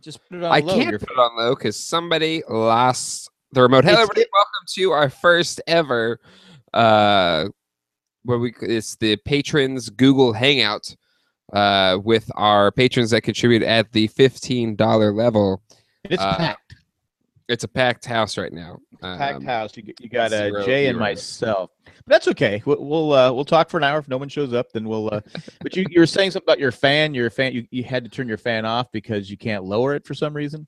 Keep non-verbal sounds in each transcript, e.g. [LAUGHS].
Just put it on I low. can't You're- put it on low because somebody lost the remote. Hello, It's- everybody. Welcome to our first ever, uh, where we it's the patrons Google Hangout, uh, with our patrons that contribute at the fifteen dollar level. It's uh, packed. It's a packed house right now. Packed Um, house. You, g- you got zero uh, Jay and heroes. myself, but that's okay. We'll we'll, uh, we'll talk for an hour. If no one shows up, then we'll. [LAUGHS] Uh, but you, you were saying something about your fan. Your fan. You, you had to turn your fan off because you can't lower it for some reason.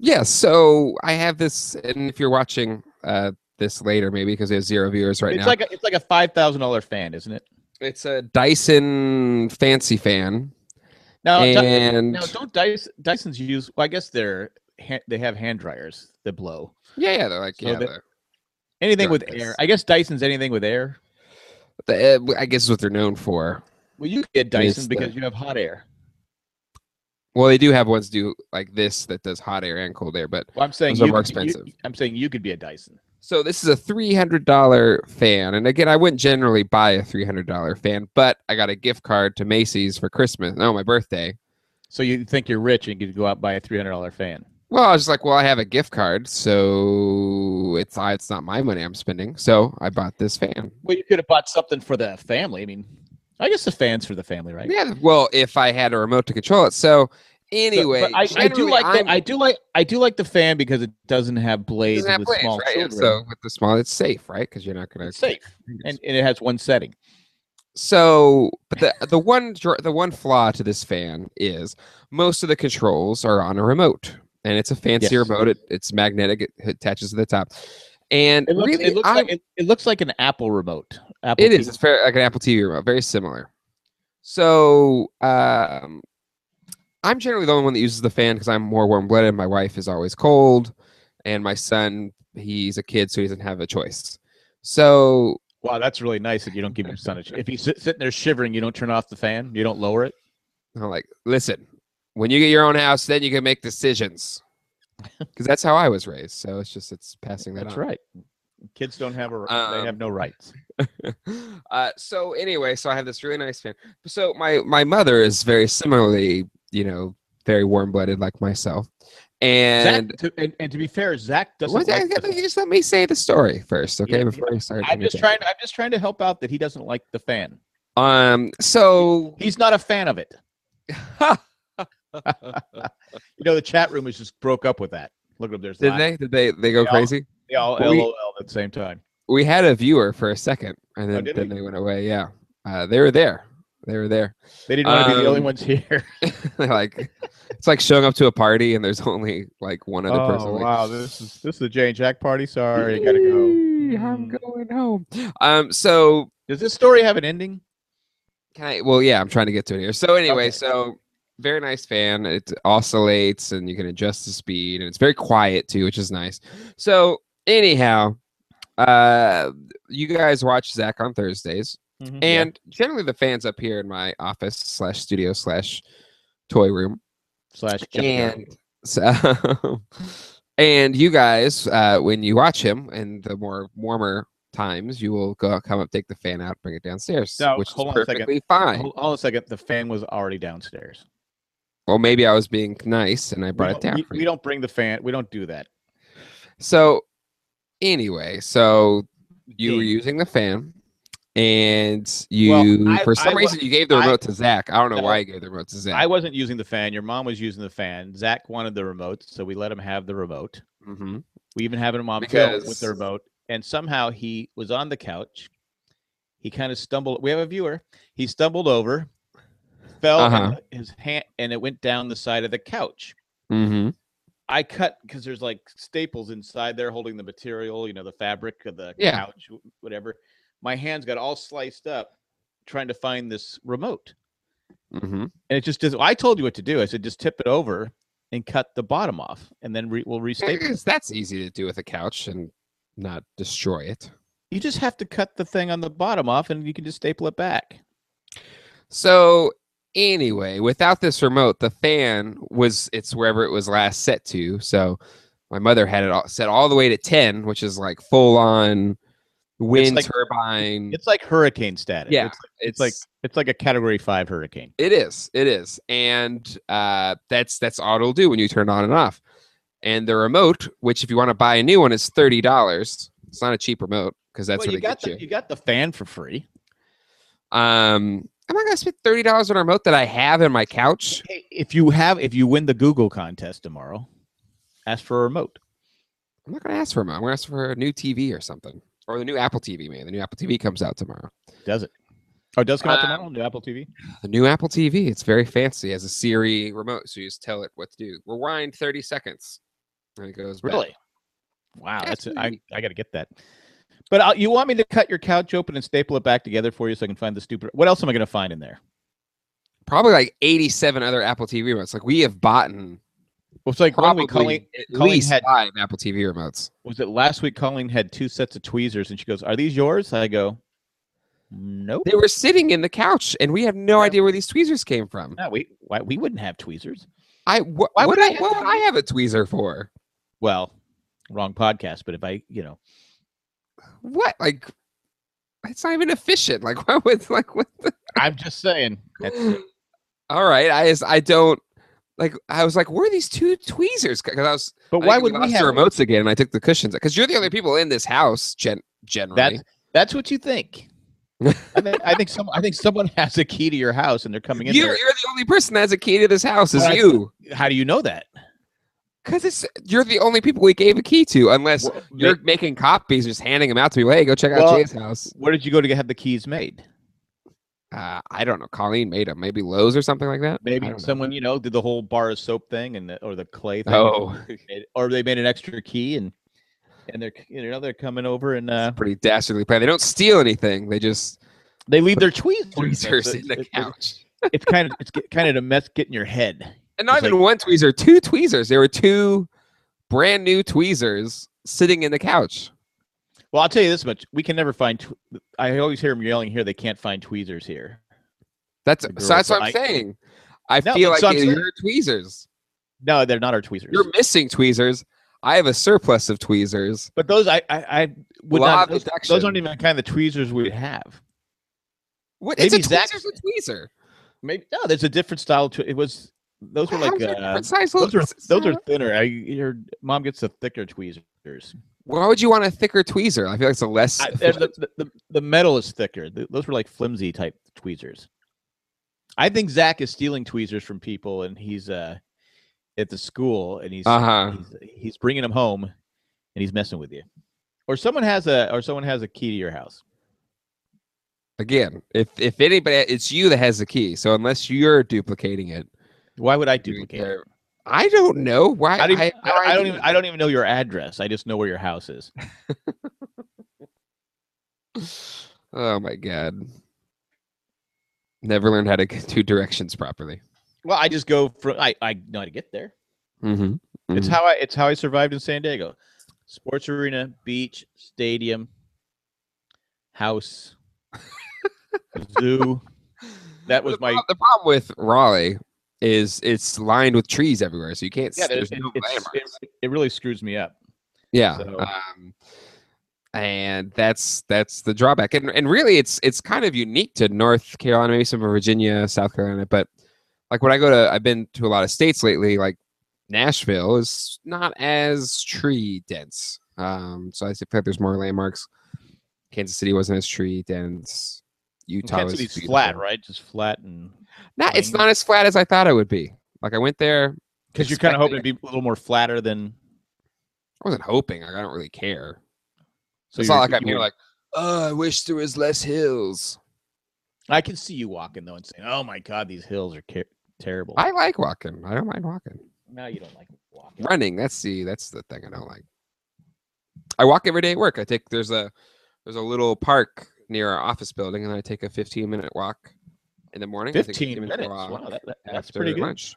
Yeah, so I have this, and if you're watching uh, this later, maybe because there's zero viewers right it's now, like a, it's like a five thousand dollar fan, isn't it? it's a Dyson fancy fan, Now, Dy- and now don't Dyson, Dyson's use? Well, I guess they're ha- they have hand dryers that blow. yeah, yeah, they're like So yeah, that- they're- Anything with Dryers. air. I guess Dyson's anything with air. the, uh, I guess is what they're known for. Well, you get Yes, Dyson the- because you have hot air. Well, they do have ones do like this that does hot air and cold air, but Well, I'm saying Those are you more could be- you- expensive. I'm saying you could be a Dyson. so this is a three hundred dollar fan, and again, I wouldn't generally buy a three hundred dollar fan, but I got a gift card to Macy's for Christmas, no, my birthday. So you think you're rich and you could go out and buy a three hundred dollar fan? Well, I was just like, well, I have a gift card, so it's I- it's not my money I'm spending. So I bought this fan. Well, you could have bought something for the family. I mean, I guess the fans for the family, right? Yeah. well, if I had a remote to control it. So So- anyway, but I, I do generally, like I'm- the, I do like I do like the fan because it doesn't have it blades doesn't have with blades, small right? And children. So with the small, it's safe, right? Because you're not gonna it's safe and, and it has one setting. so but the the one dr- the one flaw to this fan is most of the controls are on a remote, and it's a fancy Yes. remote. It, it's magnetic. It attaches to the top, and It looks, really, it looks I'm- like it, it looks like an Apple remote. Apple It is. TV. It's very like an Apple TV remote, very similar. So um, I'm generally the only one that uses the fan because I'm more warm blooded. My wife is always cold, and my son, he's a kid, so he doesn't have a choice. So Wow, that's really nice that you don't give your son a. sh- If he's sit- sitting there shivering, you don't turn off the fan. You don't lower it. I'm like, listen, when you get your own house, then you can [LAUGHS] make decisions. Because that's how I was raised. So it's just it's passing that That's on. right. Kids don't have a. r- Um, they have no rights. [LAUGHS] uh, so anyway, so I have this really nice fan. So my my mother is very similarly, you know, very warm blooded like myself, and Zach, to, and, and to be fair, Zach doesn't. What the- like the- just let me say the story first, okay? yeah. before I start. I'm just interjecting. trying. I'm just trying to help out that he doesn't like the fan. [LAUGHS] Um. So [LAUGHS] He's not a fan of it. You know, the chat room was just broke up with that. Look up there's did laugh. they did they they go Yeah. crazy? They all Well, we- LOL at the same time. We had a viewer for a second, and then Oh, did then we? they went away. Yeah, uh, they were there. They were there. They didn't want to be the only Um, ones [LAUGHS] here. They're [LAUGHS] like it's like showing up to a party and there's only like one other person. like, Oh, wow, this is this is the Jay and Jack party. Sorry, I gotta [LAUGHS] go. "Yee, I'm Mm. going home. Um. So Does this story have an ending? Can I? Well, yeah, I'm trying to get to it here. So anyway, Okay. so very nice fan. It oscillates and you can adjust the speed, and it's very quiet too, which is nice. So anyhow, uh, you guys watch Zach on Thursdays, Mm-hmm. and generally the fans up here in my office slash studio slash toy room, slash and so and you guys uh, when you watch him in the more warmer times, you will go come up, take the fan out, bring it downstairs, Now, which is hold on a second. perfectly fine. Hold, hold on a second. The fan was already downstairs. Well, maybe I was being nice and I We brought it don't- down. We, for we you. don't bring the fan. We don't do that. So, anyway, so you were Ding. using the fan, and you I- for I some wa- reason you gave the I- remote to Zach. I don't know No. why you gave the remote to Zach. I wasn't using the fan. Your mom was using the fan. Zach wanted the remote, so we let him have the remote. Mhm. We even have him on film with Because- the remote. And somehow he was on the couch. He kind of stumbled. We have a viewer. He stumbled over, fell and Uh-huh. his hand, and it went down the side of the couch. Mhm. I cut because there's like staples inside there holding the material, you know, the fabric of the Yeah. couch, w- whatever. My hands got all sliced up trying to find this remote. Mhm. And it just doesn't. I told you what to do. I said, just tip it over and cut the bottom off, and then re, we'll Yeah, restaple. it." because that's easy to do with a couch and not destroy it. You just have to cut the thing on the bottom off, and you can just staple it back. So anyway, without this remote, the fan was it's wherever it was last set to. So my mother had it all set all the way to 10, which is like full on wind like- turbine. It's like hurricane status. yeah, It's, it's like it's- it's like a category five hurricane. It is. It is. And uh, that's that's all it'll do when you turn it on and off. And the remote, which if you want to buy a new one, is thirty dollars. It's not a cheap remote because that's Well, what you they got get the, you. you got the fan for free. Um, am I gonna spend thirty dollars on a remote that I have in my couch? Hey, if you have if you win the Google contest tomorrow, ask for a remote. I'm not gonna ask for a remote. I'm gonna ask for a new TV or something, or the new Apple TV. Man, the new Apple TV comes out tomorrow. Does it? Oh, it does come out Um, tomorrow on the Apple TV. The new Apple TV. It's very fancy. It has a Siri remote, so you just tell it what to do. Rewind thirty seconds, and it goes. back. Wow, Yeah, it's that's pretty I I got to get that. But I'll, you want me to cut your couch open and staple it back together for you so I can find the stupid. What else am I going to find in there? Probably like eighty-seven other Apple TV remotes. Like we have bought. Well, it's like when probably we Colleen at Colleen least had- five Apple TV remotes. was it last week? Colleen had two sets of tweezers, and she goes, "Are these yours?" I go, "Nope." They were sitting in the couch, and we have no Yeah. idea where these tweezers came from. No, we why, we wouldn't have tweezers. I wh- Why what would I I have what would them? I have a tweezer for? Well, wrong podcast. But if I, you know, What like? It's not even efficient. Like [LAUGHS] why would like what? The- I'm just saying. [LAUGHS] That's, All right, I just I don't like. I was like, where are these two tweezers? Because I was. but I why think would we lost have? the remotes again? And I took the cushions because you're the only people in this house. Gen- generally, That's that's what you [LAUGHS] think. I think I think some I think someone [LAUGHS] has a key to your house and they're coming in. you're, you're the only person that has a key to this house. Is Well, I- you? there. How do you know that? Because it's you're the only people we gave a key to, unless Wh- you're making copies, just handing them out to people. Hey, go check out Well- Jay's house. Where did you go to have the keys made? Uh, I don't know. Colleen made them. Maybe Lowe's or something like that. I Maybe don't know. someone you know did the whole bar of soap thing and the, or the clay thing. Oh, [LAUGHS] Made- or they made an extra key and and they're c- you know they're coming over and uh, pretty dastardly plan. They don't steal anything. They just they leave their tweezers, [LAUGHS] tweezers That's- in the it- it- couch. [LAUGHS] It's kind of it's get- kind of a mess getting your head. And not it's even one tweezer, two tweezers. There were two brand new tweezers sitting in the couch. Well, I'll tell you this much: we can never find. Tw- I always hear them yelling here. They can't find tweezers here. That's The so that's girls what I'm like- saying. I No, feel like that's what I'm saying. you're tweezers. No, they're not our tweezers. You're missing tweezers. I have a surplus of tweezers. but those I I, I would Law not. of Those, those deduction. aren't even the kind of the tweezers we have. What? It's a Maybe Zach- tweezer's a tweezer. Maybe no. There's a different style. To, it was those were How like is there uh, different size those little- are those are thinner. I, your mom gets the thicker tweezers. Why would you want a thicker tweezer? I feel like it's a less. [LAUGHS] I, there's efficient- the, the- the, the metal is thicker. Th- Those were like flimsy type tweezers. I think Zach is stealing tweezers from people, and he's uh at the school, and he's Uh-huh. he's, he's bringing them home, and he's messing with you. Or someone has a or someone has a key to your house. Again, if if anybody, it's you that has the key. So unless you're duplicating it, Why would I you- duplicate? it? there- I don't know why. I, don't I even, have I, no I don't idea. even I don't even know your address. I just know where your house is. Oh my god! Never learned how to do directions properly. Well, I just go from I, I know how to get there. Mm-hmm. It's how I it's how I survived in San Diego. Sports arena, beach, stadium, house, zoo. [LAUGHS] That was the my prob- the problem with Raleigh is it's lined with trees everywhere, so you can't. yeah. Yeah, there- there's it, no it's- landmarks. it, it really screws me up. yeah, so- um, and that's that's the drawback. And and really, it's it's kind of unique to North Carolina, maybe some of Virginia, South Carolina, but like when I go to, I've been to a lot of states lately. Like Nashville is not as tree dense, um, so I feel like there's more landmarks. Kansas City wasn't as tree And dense. Utah Kansas was City's flat, beautiful. right? Just flat and Nah, it's Plain. not as flat as I thought it would be. Like I went there, because you're kind of hoping Expecting to be a little more flatter than. I wasn't hoping. Like, I don't really care. So it's you're- not like I'm you here were- like, oh, I wish there was less hills. I can see you walking though and saying, "Oh my God, these hills are ca- terrible." I like walking. I don't mind walking. no, you don't like walking. Running. That's the that's the thing I don't like. I walk every day at work. I take there's a there's a little park near our office building, and I take a 15 minute walk in the morning. I take a Fifteen 15-minute minutes. walk Wow, that, that- that's after pretty good. lunch.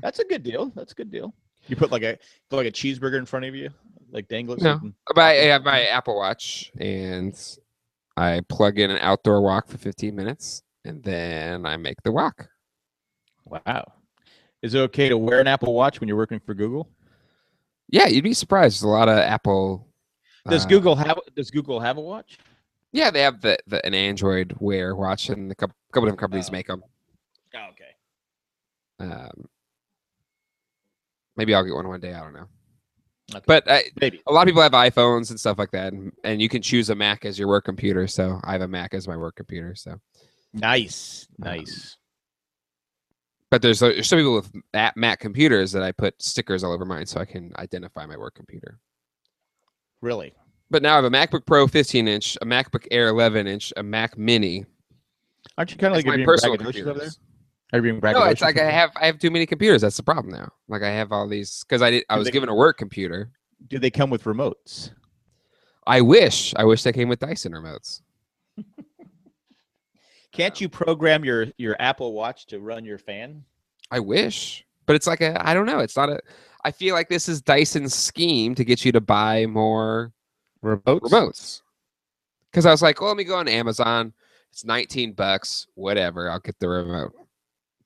That's a good deal. That's a good deal. You put like a put like a cheeseburger in front of you, like dangle it. so No. you can- But I have my Apple Watch, and I plug in an outdoor walk for 15 minutes, and then I make the walk. Wow. Is it okay to wear an Apple Watch when you're working for Google? Yeah, you'd be surprised. There's a lot of Apple Does Uh, Google have Does Google have a watch? Yeah, they have the, the an Android Wear watch, and a couple, couple different companies Oh. make them. Oh, okay. Um, maybe I'll get one one day. I don't know. Okay. But I, Maybe. a lot of people have iPhones and stuff like that, and, and you can choose a Mac as your work computer. So I have a Mac as my work computer. So, Nice. Um, Nice. but there's, there's some people with that Mac computers that I put stickers all over mine so I can identify my work computer. Really. But now I have a MacBook Pro 15 inch, a MacBook Air 11 inch, a Mac Mini. Aren't you kind of That's like my being personal braggadocious over there? computers. Are you being No, it's braggadocious like over I there? have I have too many computers. That's the problem now. Like I have all these because I did I Do was they- given a work computer. Do they come with remotes? I wish I wish they came with Dyson remotes. Can't you program your your Apple Watch to run your fan? I wish, but it's like a I don't know. It's not a. I feel like this is Dyson's scheme to get you to buy more Remotes. remotes. Because I was like, well, let me go on Amazon. It's 19 bucks, whatever. I'll get the remote.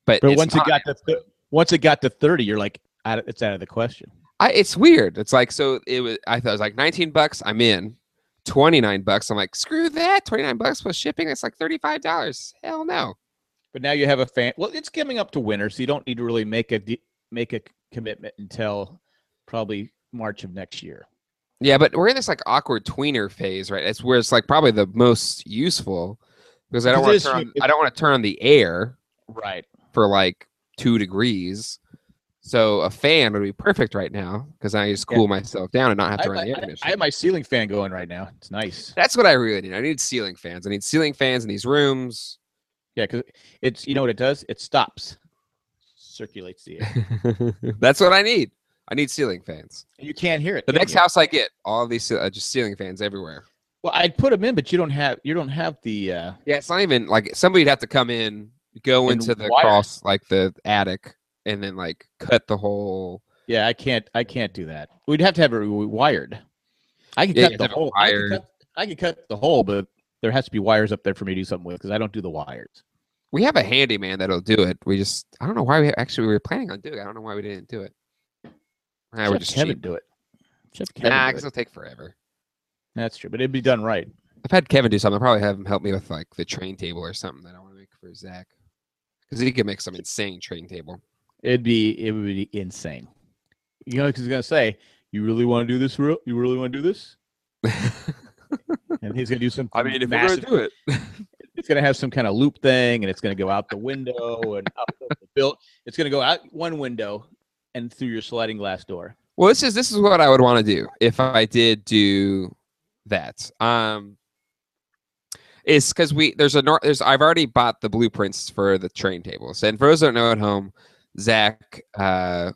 But, But it's once it not. got to th- once it got to thirty, you're like, out of- it's out of the question. I, it's weird. It's like so. It was. I thought it was like 19 bucks. I'm in. 29 bucks. I'm like, screw that. 29 bucks plus shipping. That's like 35 dollars. Hell no. But now you have a fan. Well, it's coming up to winter, so you don't need to really make a de- make a c- commitment until probably March of next year. Yeah, but we're in this like awkward tweener phase, right? It's where it's like probably the most useful because I don't Because it want is to turn. hu- On, I don't want to turn on the air Right. for like two degrees. So a fan would be perfect right now because I just Yeah. cool myself down and not have I, to run the air I- I conditioning. have my ceiling fan going right now. It's nice. That's what I really need. I need ceiling fans. I need ceiling fans in [LAUGHS] these rooms. Yeah, because it's you know what it does? It stops, circulates the air. That's what I need. I need ceiling fans. And you can't hear it. The can next you? house I get, all these ceil- uh, just ceiling fans everywhere. Well, I'd put them in, but you don't have you don't have the. uh Yeah, it's not even like somebody'd have to come in, go And into the wire it. cross like the attic, and then like cut the whole. Yeah, I can't. I can't do that. We'd have to have it wi- wired. I could Yeah, you cut have the to have it hole. I could wired. cut, I could cut the hole, but there has to be wires up there for me to do something with because I don't do the wires. We have a handyman that'll do it. We just I don't know why we actually we were planning on doing. it. I don't know why we didn't do it. I Should would have just Kevin cheap. do it. Should have Kevin Nah, do because it. it'll take forever. That's true, but it'd be done right. I've had Kevin do something. I'll probably have him help me with like the train table or something that I want to make for Zach, because he could make some insane train table. [LAUGHS] It'd be it would be insane. You know, because he's gonna say, "You really want to do this? Real? You really want to do this?" And he's gonna do [LAUGHS] some. massive do it, it's going to have some kind of loop thing and it's going to go out the window and out of the built it's going to go out one window and through your sliding glass door Well, this is this is what I would want to do if I did do that. Um, is because we there's a nor- there's I've already bought the blueprints for the train tables, and for those that don't know at home, Zach uh,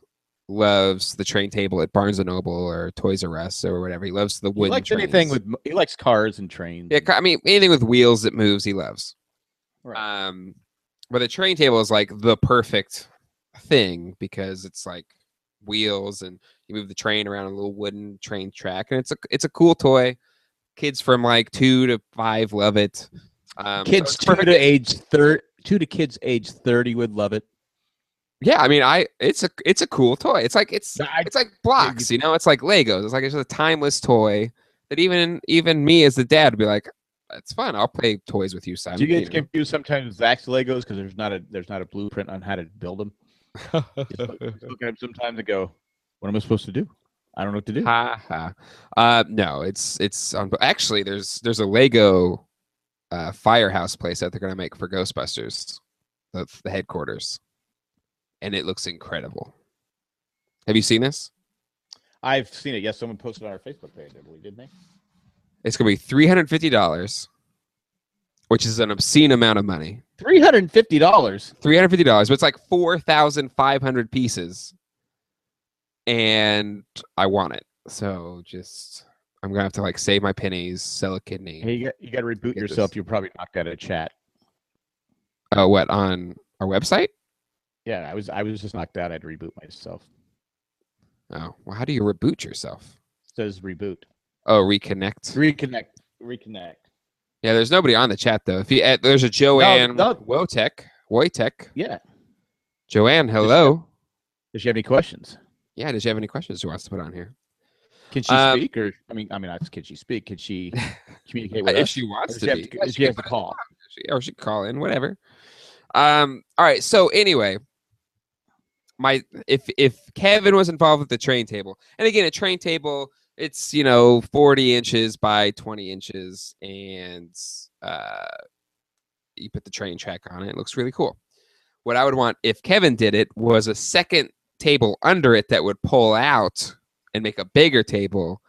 loves the train table at Barnes and Noble or Toys R Us or whatever. He loves the he wooden. likes anything trains. with mo- he likes cars and trains yeah, and- ca- I mean anything with wheels that moves, he loves. right. Um, but the train table is like the perfect thing because it's like wheels and you move the train around a little wooden train track, and it's a it's a cool toy. Kids from like two to five love it. Um, so kids it's two perfect- to age 30 two to kids age 30 would love it yeah, I mean, I it's a it's a cool toy. It's like it's I- it's like blocks, you know. It's like Legos. It's like it's just a timeless toy that even even me as the dad would be like, it's fun. I'll play toys with you, Simon. do you you get confused sometimes with Zach's Legos because there's not a there's not a blueprint on how to build [LAUGHS] them? know?" Just look, just look at them sometimes and go, "What am I supposed to do? I don't know what to do." Ha ha. Uh, no, it's it's on. Actually, there's there's a Lego uh, firehouse place that they're gonna make for Ghostbusters, the, the headquarters, and it looks incredible. Have you seen this? I've seen it. Yes, someone posted on our Facebook page, I believe, didn't they? It's gonna be three hundred fifty dollars, which is an obscene amount of money. Three hundred and fifty dollars. Three hundred fifty dollars, but it's like four thousand five hundred pieces, and I want it. So just I'm gonna have to like save my pennies, sell a kidney. Hey, you got, you got to reboot Get yourself. this. You're probably knocked out of chat. Uh, what on our website? Yeah, I was I was just knocked out. I had to reboot myself. Oh, well, how do you reboot yourself? It says reboot. Oh, reconnect. Reconnect. Reconnect. Yeah, there's nobody on the chat though. If you, uh, there's a Joanne no. Wojtek, Wojtek, Yeah. Joanne, hello. Does she have any questions? Yeah, does she have any questions she wants to put on here? Can she Um, speak? Or I mean, I mean, not can she speak? Can [LAUGHS] she communicate with Uh, if us? she wants Or to she have be. to- Yeah, she can has to put it call. on, she- or she can call in, whatever. Um. All right. So anyway, my if if Kevin was involved with the train table, and again, a train table, it's you know forty inches by twenty inches, and uh, you put the train track on it. It looks really cool. What I would want if Kevin did it was a second table under it that would pull out and make a bigger table,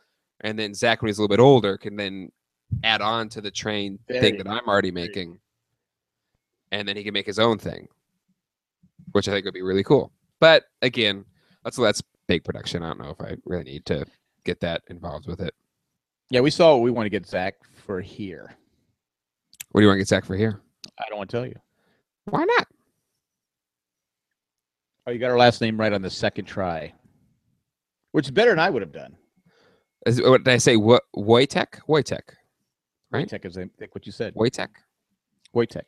and then Zach, when he's a little bit older, can then add on to the train There thing you that go. I'm already There you go. making, and then he can make his own thing, which I think would be really cool. But again, that's that's big production. I don't know if I really need to get that involved with it. Yeah, we saw what we want to get Zach for here. What do you want to get Zach for here? I don't want to tell you. Why not? Oh, you got her last name right on the second try, which is better than I would have done. Is, what did I say? What Wojtek? Wojtek. Right. Wojtek is I think what you said. Wojtek. Wojtek.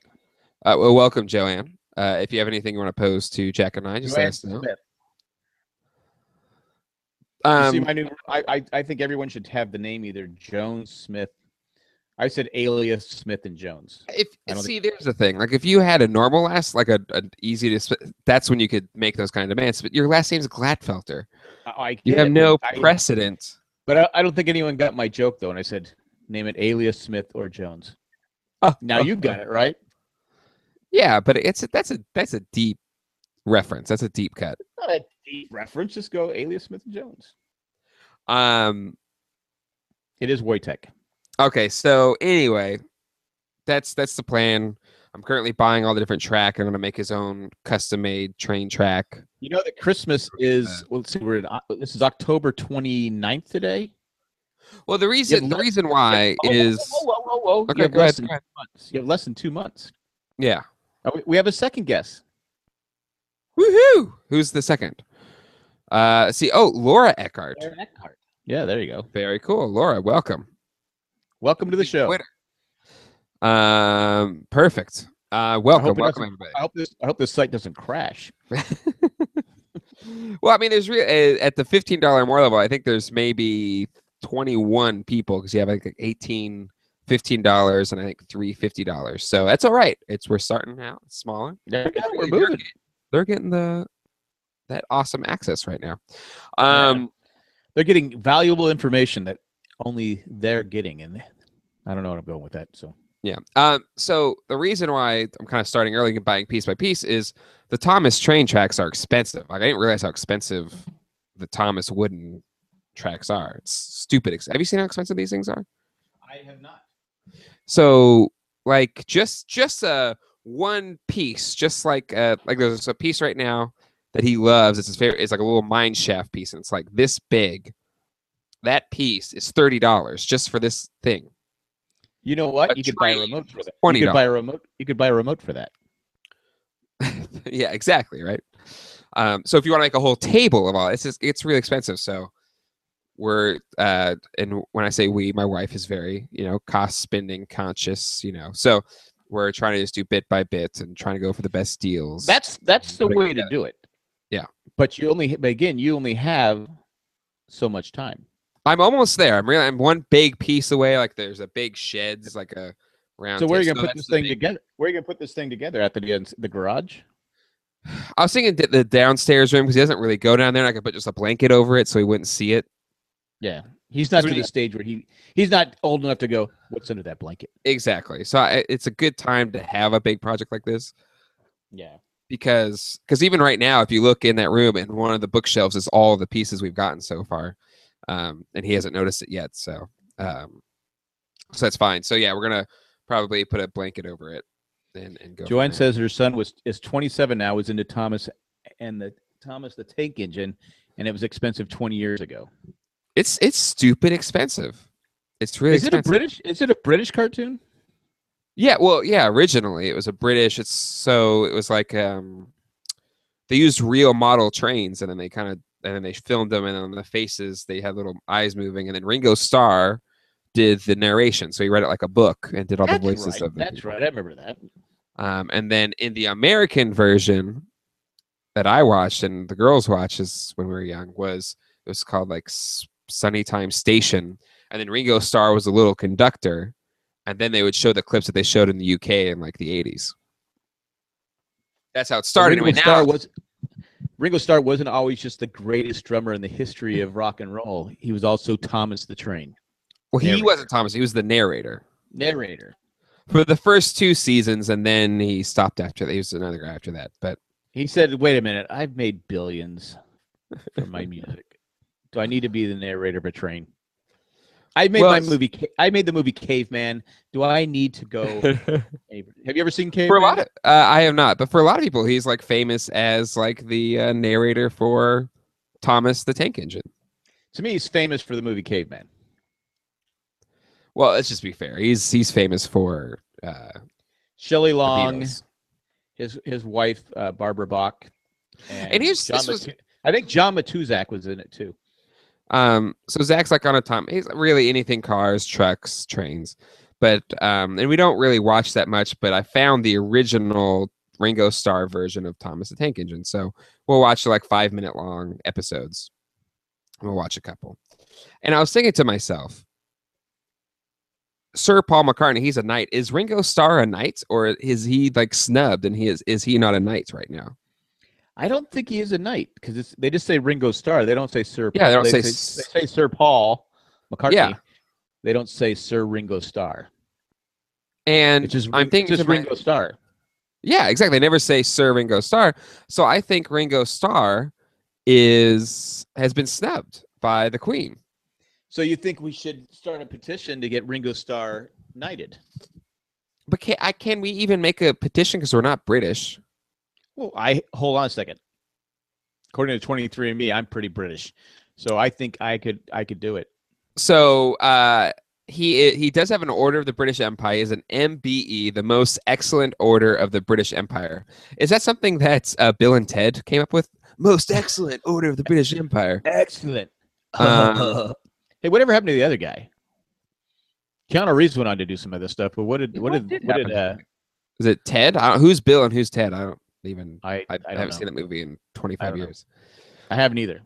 Uh, well, welcome, Joanne. Uh, if you have anything you want to pose to Jack and I, just let Joanne us know. Smith. You see Um, my new. I, I I think everyone should have the name either Jones Smith. I said alias Smith and Jones. if I don't see, there's the thing. Like, if you had a normal last, like a an easy to, sp- that's when you could make those kind of demands. But your last name's Gladfelter. I, I You get have it, no I- precedent. But I, I don't think anyone got my joke though. And I said name it alias Smith or Jones. Oh, Now you got it right. Yeah, but it's a, that's a that's a deep reference. That's a deep cut. Not a deep reference. Just go alias Smith and Jones. Um. It is Wojtek. Okay. So anyway, that's that's the plan. I'm currently buying all the different track. I'm gonna make his own custom made train track. You know that Christmas is. Well, let's see. We're in. Oc- This is October 29th today. Well, the reason the less- [LAUGHS] reason why Oh, whoa, is Whoa, whoa, whoa, whoa. Okay, you, have go ahead, less go than ahead. two months. you have less than two months. yeah. Oh, we- we have a second guess. Woohoo! Who's the second? Uh, see, oh, Laura Eckhart. Yeah, there you go. Very cool, Laura. Welcome. Welcome to the show. Twitter. Um, perfect. Uh, welcome, hope it welcome I hope this. I hope this site doesn't crash. everybody. Well, I mean, there's real eh, at the fifteen dollar more level. I think there's maybe twenty one people because you have like 18 fifteen dollars and I think three fifty dollars. So that's all right. It's we're starting out smaller. There we go. We're You're moving. getting- They're getting the that awesome access right now. Yeah. Um, They're getting valuable information that only they're getting, and I don't know what I'm going with that. So Yeah. Um, so the reason why I'm kind of starting early and buying piece by piece is the Thomas train tracks are expensive. Like I didn't realize how expensive the Thomas wooden tracks are. It's stupid. Ex- Have you seen how expensive these things are? I have not. So like just just a one piece, just like uh like there's a piece right now that he loves. It's his favorite. It's like a little mine shaft piece, and it's like this big. That piece is thirty dollars just for this thing. [LAUGHS] You know what? A you could buy a train remote for that. You $20. could buy a remote. You could buy a remote for that. yeah, exactly, right? Um, so if you want to make a whole table of all, it's just, it's really expensive. So we're uh, and when I say we, my wife is very you know cost spending conscious, you know. So we're trying to just do bit by bit and trying to go for the best deals. That's that's the Put it way to together. do it. Yeah. But you only. But again, you only have so much time. I'm almost there. I'm really I'm one big piece away. Like there's a big shed, it's like a round. So where are you table. gonna put that's this the thing big- together? Where are you gonna put this thing together at the end? The garage? I was thinking th- the downstairs room because he doesn't really go down there. And I could put just a blanket over it so he wouldn't see it. Yeah. He's not So to we- the stage where he he's not old enough to go. What's under that blanket? Exactly. So I, it's a good time to have a big project like this. Yeah. because because even right now, if you look in that room and one of the bookshelves is all the pieces we've gotten so far, um, and he hasn't noticed it yet. So um, so that's fine. So yeah, we're gonna probably put a blanket over it and and go. from Joanne there. says her son was is 27 now. Is into Thomas and the Thomas the Tank Engine, and it was expensive 20 years ago. it's it's stupid expensive. It's really Is it a expensive. British? Is it a British cartoon? Yeah, well, yeah. Originally, it was a British. It's so it was like um, they used real model trains, and then they kind of and then they filmed them, and on the faces they had little eyes moving, and then Ringo Starr did the narration, so he read it like a book and did all the right. voices of the That's people. right. I remember that. Um, and then in the American version that I watched and the girls watched is when we were young was it was called like S- Sunny Time station, and then Ringo Starr was a little conductor, and then they would show the clips that they showed in the UK in like the eighties. That's how it started. Ringo Anyway, Starr now was Ringo Starr wasn't always just the greatest drummer in the history of rock and roll. He was also Thomas the Train well, he narrator. wasn't Thomas; he was the narrator narrator. for the first two seasons, and then he stopped after that. He was another guy after that, but He said, "Wait a minute, I've made billions from my music. Do I need to be the narrator of a train? I made Well, my it's- movie. Ca- I made the movie Caveman. Do I need to [LAUGHS] go? Have you ever seen Caveman? for a lot of, uh, I have not, but for a lot of people, he's like famous as like the uh, narrator for Thomas the Tank Engine. to me, he's famous for the movie Caveman. Well, let's just be fair. He's he's famous for uh, the Shelley Long, Beatles. his his wife uh, Barbara Bach, and, here's- John this was- Matu- I think John Matuzak was in it too. Um, so Zach's like on a time. He's really anything cars, trucks, trains, but um, and we don't really watch that much. But I found the original Ringo Starr version of Thomas the Tank Engine, so we'll watch like five minute long episodes. We'll watch a couple, and I was thinking to myself, Sir Paul McCartney, he's a knight. Is Ringo Starr a knight, or is he like snubbed and he is is he not a knight right now? I don't think he is a knight because they just say Ringo Starr. They don't say Sir. Yeah, they don't say s- they say Sir Paul McCartney. Yeah. They don't say Sir Ringo Starr. And It's just, I'm Ring- thinking just to my- Ringo Starr. Yeah, exactly. They never say Sir Ringo Starr. So I think Ringo Starr is has been snubbed by the Queen. So you think we should start a petition to get Ringo Starr knighted? But can, I, can we even make a petition because we're not British? Well, I hold on a second. According to 23andMe, I'm pretty British, so I think I could I could do it. So uh, he i- he does have an Order of the British Empire. Is an MBE, the Most Excellent Order of the British Empire. Is that something that uh, Bill and Ted came up with? Most Excellent Order of the British Empire. Excellent. Um, [LAUGHS] hey, whatever happened to the other guy? Keanu Reeves went on to do some other stuff, but what did what, What did, did what did uh, happen? Is it Ted? I don't, who's Bill and who's Ted? I don't even. uh, I I, I, I don't haven't know. seen that movie in 25 don't know. years. I haven't either.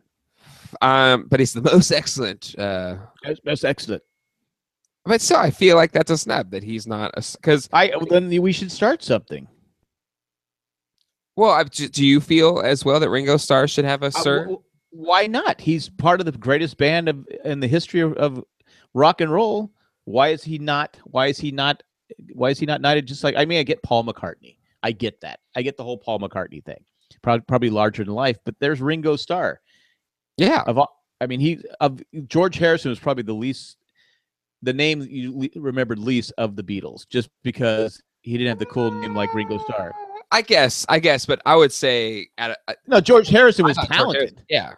um, but he's the [LAUGHS] most excellent. Uh, That's, that's excellent. but still, I feel like that's a snub that he's not a because. I then we should start something. Well, I, do do you feel as well that Ringo Starr should have a Uh, sir? wh- wh- why not? He's part of the greatest band of in the history of, of rock and roll. Why is he not? Why is he not? Why is he not knighted? Just like I mean, I get Paul McCartney. I get that. I get the whole Paul McCartney thing. Probably, probably larger than life. But there's Ringo Starr. yeah, Of all, I mean, he of George Harrison was probably the least, the name that you le- remembered least of the Beatles, just because he didn't have the cool name like Ringo Starr. I guess, I guess, but I would say at a, I- No, George Harrison I was thought George talented. Harrison- yeah,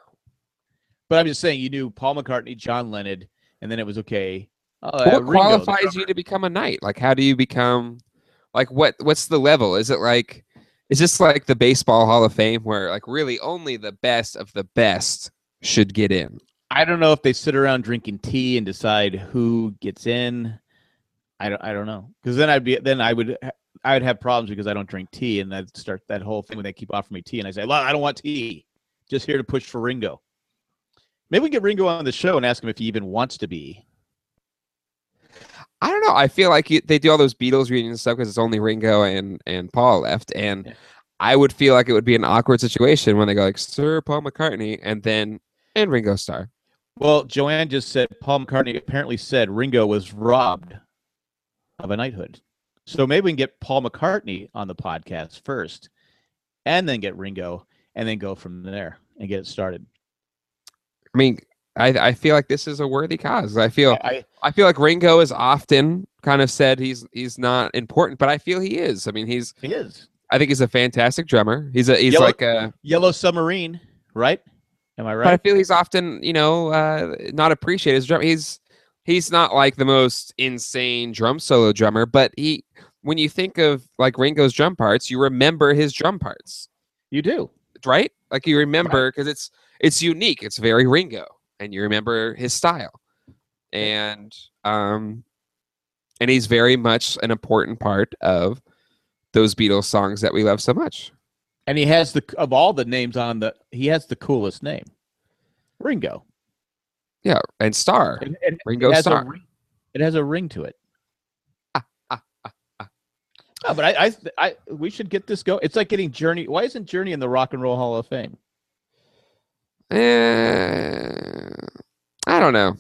But I'm just saying, you knew Paul McCartney, John Lennon, and then it was okay. Oh, uh, Ringo, what the qualifies drummer. you to become a knight? Like, how do you become? Like, what what's the level? Is it like? Is this like the baseball Hall of Fame where like really only the best of the best should get in? I don't know if they sit around drinking tea and decide who gets in. I don't. I don't know. Because then I'd be. Then I would. ha- I would have problems because I don't drink tea, and I'd start that whole thing when they keep offering me tea, and I say, "Well, I don't want tea. Just here to push for Ringo." Maybe we get Ringo on the show and ask him if he even wants to be. I don't know. I feel like you, they do all those Beatles reunions and stuff because it's only Ringo and and Paul left, and Yeah. I would feel like it would be an awkward situation when they go like Sir Paul McCartney and then and Ringo Starr. Well, Joanne just said Paul McCartney apparently said Ringo was robbed of a knighthood. So maybe we can get Paul McCartney on the podcast first and then get Ringo and then go from there and get it started. I mean, I I feel like this is a worthy cause. I feel Oh, I, I feel like Ringo is often kind of said he's he's not important, but I feel he is. I mean, he's he is. I think he's a fantastic drummer. He's a he's Yellow- like a Yellow Submarine, right? Am I but I right? feel he's often, you know, uh, not appreciated as a drummer. He's he's not like the most insane drum solo drummer, but he when you think of like Ringo's drum parts, you remember his drum parts, You do. right? Like you remember because it's it's unique. It's very Ringo, and you remember his style, and um, and he's very much an important part of those Beatles songs that we love so much. And he has the, of all the names on the, he has the coolest name Ringo. Yeah, and Star It, it- it Ringo has a Starr. ring, it has a ring to [LAUGHS] it. Ah, ah, Oh, but I, I, I, we should get this going. It's like getting Journey. Why isn't Journey in the Rock and Roll Hall of Fame? Eh, I don't know.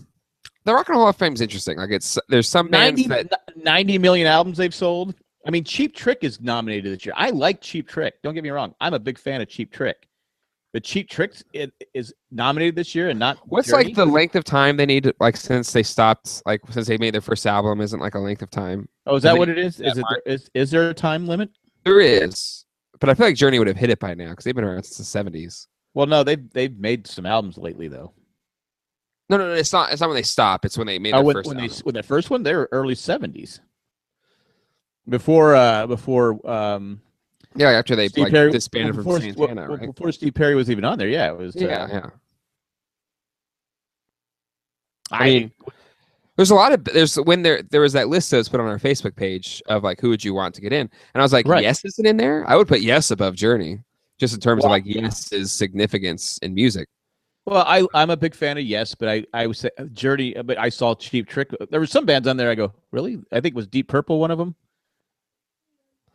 The Rock and Roll Hall of Fame is interesting. Like it's there's some bands 90, that 90 million albums they've sold. I mean, Cheap Trick is nominated this year. I like Cheap Trick. Don't get me wrong. I'm a big fan of Cheap Trick. But Cheap Trick is, is nominated this year and not. what's Journey? like the length of time they need to, like since they stopped like since they made their first album isn't like a length of time. Oh, is I that think- what it is? yeah, Is it there, is, is there a time limit? There is. But I feel like Journey would have hit it by now because they've been around since the seventies. Well, no, they've they've made some albums lately though. No, no, no, it's not. It's not when they stop. It's when they made Oh, their when, first when they album. s- when the first one, they were early seventies. Before uh before um yeah, like, after they Steve like Perry disbanded well, from before, well, Santana, well, right? before Steve Perry was even on there, yeah, it was. uh, yeah, yeah. I, mean, There's a lot of there's when there there was that list that was put on our Facebook page of like who would you want to get in, and I was like, Right. yes isn't in there. I would put yes above Journey, just in terms Well, of like yes's significance in music. well, I I'm a big fan of Yes, but I I was say uh, Journey, but I saw Cheap Trick. uh, There were some bands on there. I go really? I think it was Deep Purple one of them.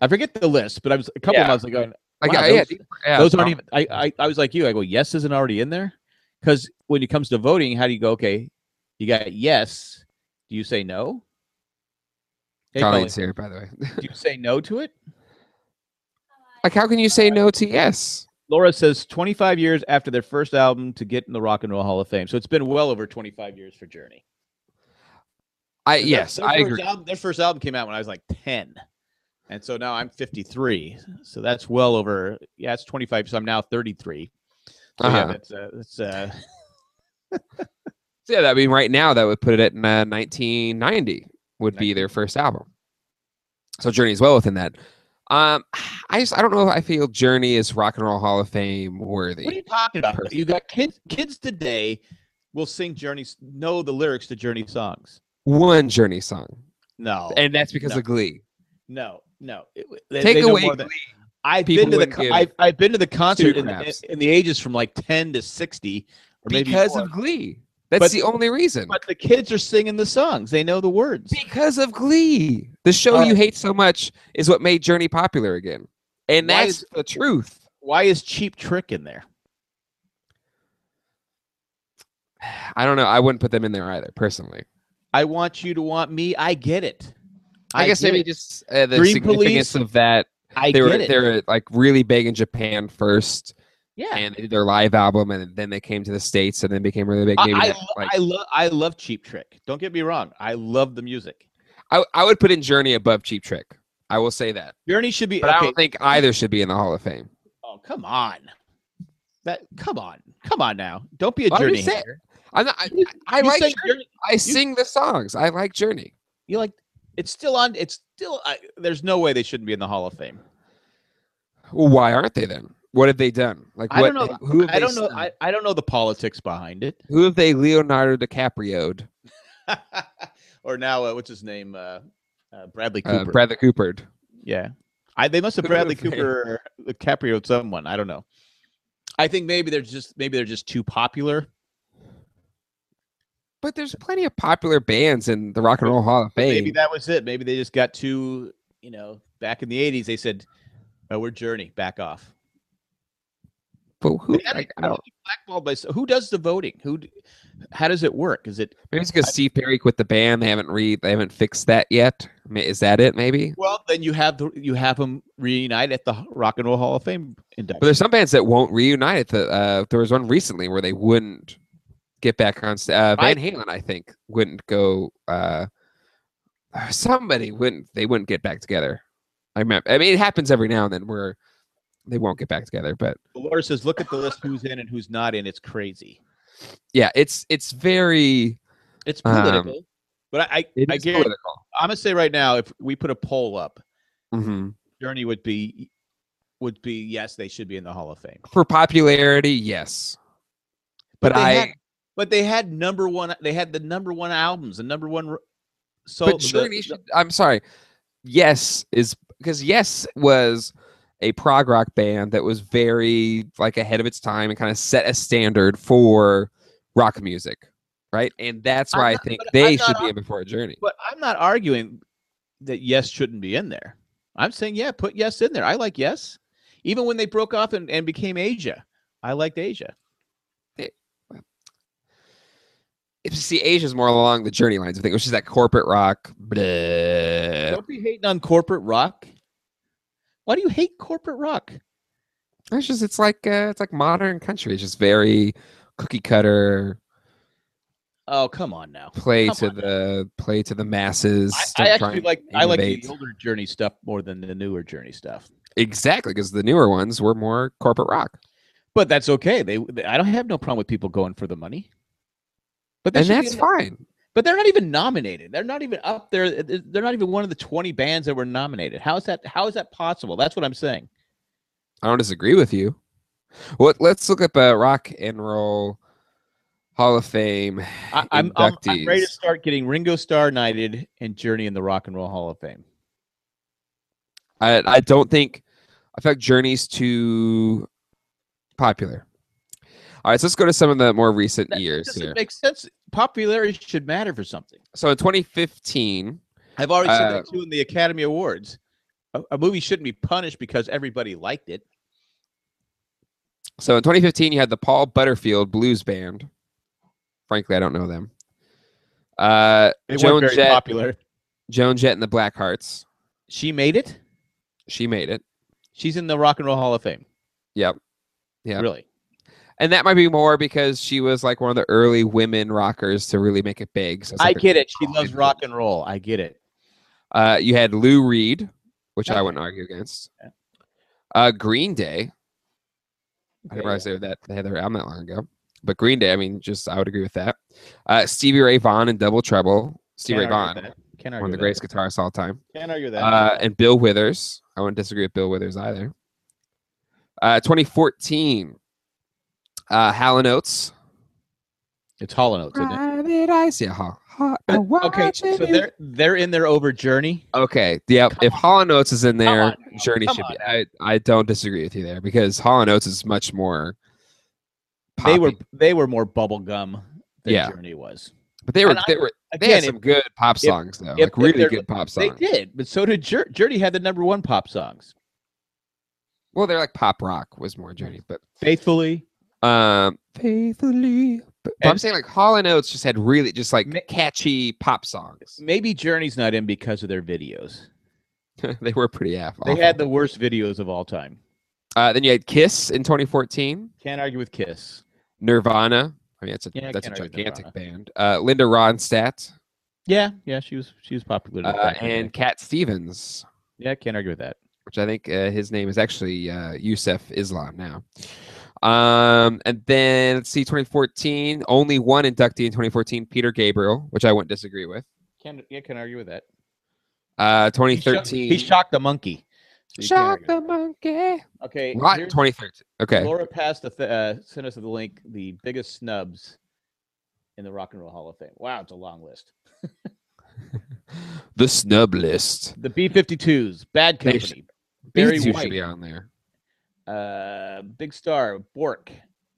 I forget the list, but I was a couple Yeah. of months ago. Like Wow, I- yeah, those- these- yeah, those aren't um, even I, I i was like you i go yes isn't already in there because when it comes to voting how do you go okay you got yes do you say no hey, Colleen, Colleen's here, by the way. [LAUGHS] do you say no to it like, how can you say no to yes? laura says 25 years after their first album to get in the rock and roll hall of fame so it's been well over 25 years for journey I 'Cause their- yes, their I first agree. album- their first album came out when i was like 10 and so now i'm 53 so that's well over yeah it's 25 so i'm now 33 so yeah Uh-huh. that's uh, that's uh So, yeah, I mean, right now that would put it at uh, 1990 would be their first album. So Journey is well within that. Um, [SIGHS] I just I don't know if I feel Journey is Rock and Roll Hall of Fame worthy. What are you talking about? Perfect. You got kids. Kids today will sing Journey's know the lyrics to Journey songs. One Journey song, No, and that's because no. of Glee. no, no. It- they- Take they know away more Glee. than- I've people been to the wouldn't co- give I've, I've been to the concert in, craps. in the ages from like ten to sixty, or maybe because more. of Glee. That's But- the only reason. But the kids are singing the songs. They know the words. because of Glee, the show Alright. you hate so much is what made Journey popular again, and Why that's is- the truth. Why is Cheap Trick in there? I don't know. I wouldn't put them in there either, personally. I want you to want me. I get it. I, guess get maybe it. just uh, the Dream significance Police, of that. I they get were it. they were like really big in Japan first, yeah. and they did their live album, and then they came to the states, and then became really big. I, Maybe I, that, like, I love I love Cheap Trick. Don't get me wrong. I love the music. I, I would put in Journey above Cheap Trick. I will say that, Journey should be but I okay. don't think either should be in the Hall of Fame. Oh, come on. That come on. Come on now. Don't be a Well, I'm journey. just saying- hater. I'm not, I, I You like sang Journey. Journey- I sing the songs. I like Journey. you like it's still on it's still I, there's no way they shouldn't be in the Hall of Fame. Well, why aren't they then? What have they done? Like I what? don't know. Who have I they don't know sung? I, I don't know the politics behind it. [LAUGHS] who have they Leonardo DiCaprio'd? or now uh, what's his name uh, uh Bradley Uh, Cooper. Bradley Cooper'd. yeah. I they must have Who would Bradley have made- Cooper or DiCaprio someone, I don't know. I think maybe they're just maybe they're just too popular. But there's plenty of popular bands in the Rock and Roll Hall of Maybe Fame. that was it. Maybe they just got too, you know, back in the 80s they said, "Oh, we're Journey, back off." but who? They gotta Like, be I don't. blackballed by so- who does the voting? Who, d- how does it work? Is it Maybe it's because Steve Perry quit the band. They haven't read. They haven't fixed that yet. Ma- Is that it? Maybe. well? Then you have the you have them reunite at the Rock and Roll Hall of Fame But induction. there's some bands that won't reunite. At the uh, there was one recently where they wouldn't get back on. st- Uh, I- Van Halen, I think, wouldn't go. Uh, [SIGHS] somebody wouldn't. They wouldn't get back together. I remember. I mean, it happens every now and then where they won't get back together. But Laura says, "Look at the list. Who's in and who's not in? It's crazy. yeah, it's it's very. It's Um, political." but I, I, It I is guarantee, political. I'm gonna say right now, if we put a poll up, hmm Journey would be, would be yes, they should be in the Hall of Fame. for popularity, yes. But But, they I had- But they had number one. They had the number one albums, the number one. r- So but the- Journey the- should, I'm sorry. Yes is because Yes was a prog rock band that was very like ahead of its time and kind of set a standard for rock music right? And that's I'm why I not- think but I'm they not should be ar- in before a journey. But I'm not arguing that yes shouldn't be in there. I'm saying yeah, put yes in there. I like yes. Even when they broke off and, and became Asia, I liked Asia. If you see, Asia's more along the journey lines, I think, which is that corporate rock. Bleh. Don't be hating on corporate rock. Why do you hate corporate rock? It's just it's like uh, it's like modern country. It's just very cookie cutter, Oh, come on now. play Come to on. the play to the masses. I, don't I try actually and like I like innovate. the older journey stuff more than the newer journey stuff. exactly because the newer ones were more corporate rock, But that's okay. They, they- I don't have no problem with people going for the money. But they and should be that's in- fine. But they're not even nominated. They're not even up there. Th- th- They're not even one of the 20 bands that were nominated. How is that how is that possible? That's what I'm saying. I don't disagree with you. What? Let's look up uh, rock and roll Hall of Fame. [LAUGHS] I, I'm, I'm, I'm ready to Inductees. start getting Ringo Starr knighted and Journey in the Rock and Roll Hall of Fame. I I don't think I feel like Journey's too popular. All right, so let's go to some of the more recent That years doesn't here. make sense. Popularity should matter for something. so in 2015, I've already said Uh, that too in the Academy Awards. A, a movie shouldn't be punished because everybody liked it. so in 2015 you had the Paul Butterfield Blues Band. Frankly, I don't know them. Uh, They Joan weren't very Jett. popular. Joan Jett and the Blackhearts. She made it. She made it. She's in the Rock and Roll Hall of Fame. Yep. Yep. Really. And that might be more because she was like one of the early women rockers to really make it big. So it's I like a- Oh, get it. She loves influence. rock and roll. I get it. Uh, you had Lou Reed, which I Okay. wouldn't argue against. Yeah. Uh, Green Day. I Okay, didn't realize they were that they had their album that long ago. But Green Day, I mean, just I would agree with that. Uh, Stevie Ray Vaughan and Double Trouble. Stevie Ray Can't argue Vaughan, with one that. Can't of argue the with greatest guitarists of all time. that. Can't argue with that. Uh, and Bill Withers. I wouldn't disagree with Bill Withers either. Uh, 2014. Uh, Hall and Oates. it's Hall and Oates, isn't it? Private Eyes. Yeah, Hall. Hall- But- I'm Okay, so watching you. they're they're in their over journey. Okay. Yeah. Come If Hall and Oates is Come in there, on now, Journey come should on be. I, I don't disagree with you there because Hall and Oates is much more. They were poppy. they were more bubblegum than Yeah. Journey was. but they were, and I- they were, they Again, had some if- good pop songs though, if like really they're- good pop they songs. did, but so did Jour- Journey had the number one pop songs. Well, they're like pop rock was more Journey, but Faithfully, um, faithfully. But, but I'm And- saying like Hall and Oates just had really just like Ma- catchy pop songs. [LAUGHS] maybe Journey's not in because of their videos. they were pretty half. They had the worst videos of all time. uh, then you had Kiss in 2014, Can't argue with Kiss. Nirvana. I mean, that's a Yeah, I that's a can't argue with gigantic band. Uh, Linda Ronstadt Yeah, yeah, she was she was popular. uh, back in the day. and Cat Stevens. yeah, can't argue with that. which I think uh, his name is actually uh, Youssef Islam now. Um, and then let's see, 2014, only one inductee in 2014, Peter Gabriel, which I wouldn't disagree with. Can't yeah, can't argue with that. Uh, He sho- 2013, He shocked the monkey. So you can't Shock argue the monkey. with- Okay. Rotten here's- 2013. Okay, Laura passed the th- uh, sent us the link. The biggest snubs in the Rock and Roll Hall of Fame. Wow, it's a long list. the snub list. The B-52s, Bad They Company, sh- Barry These two White. should be on there. uh, Big Star, Bork,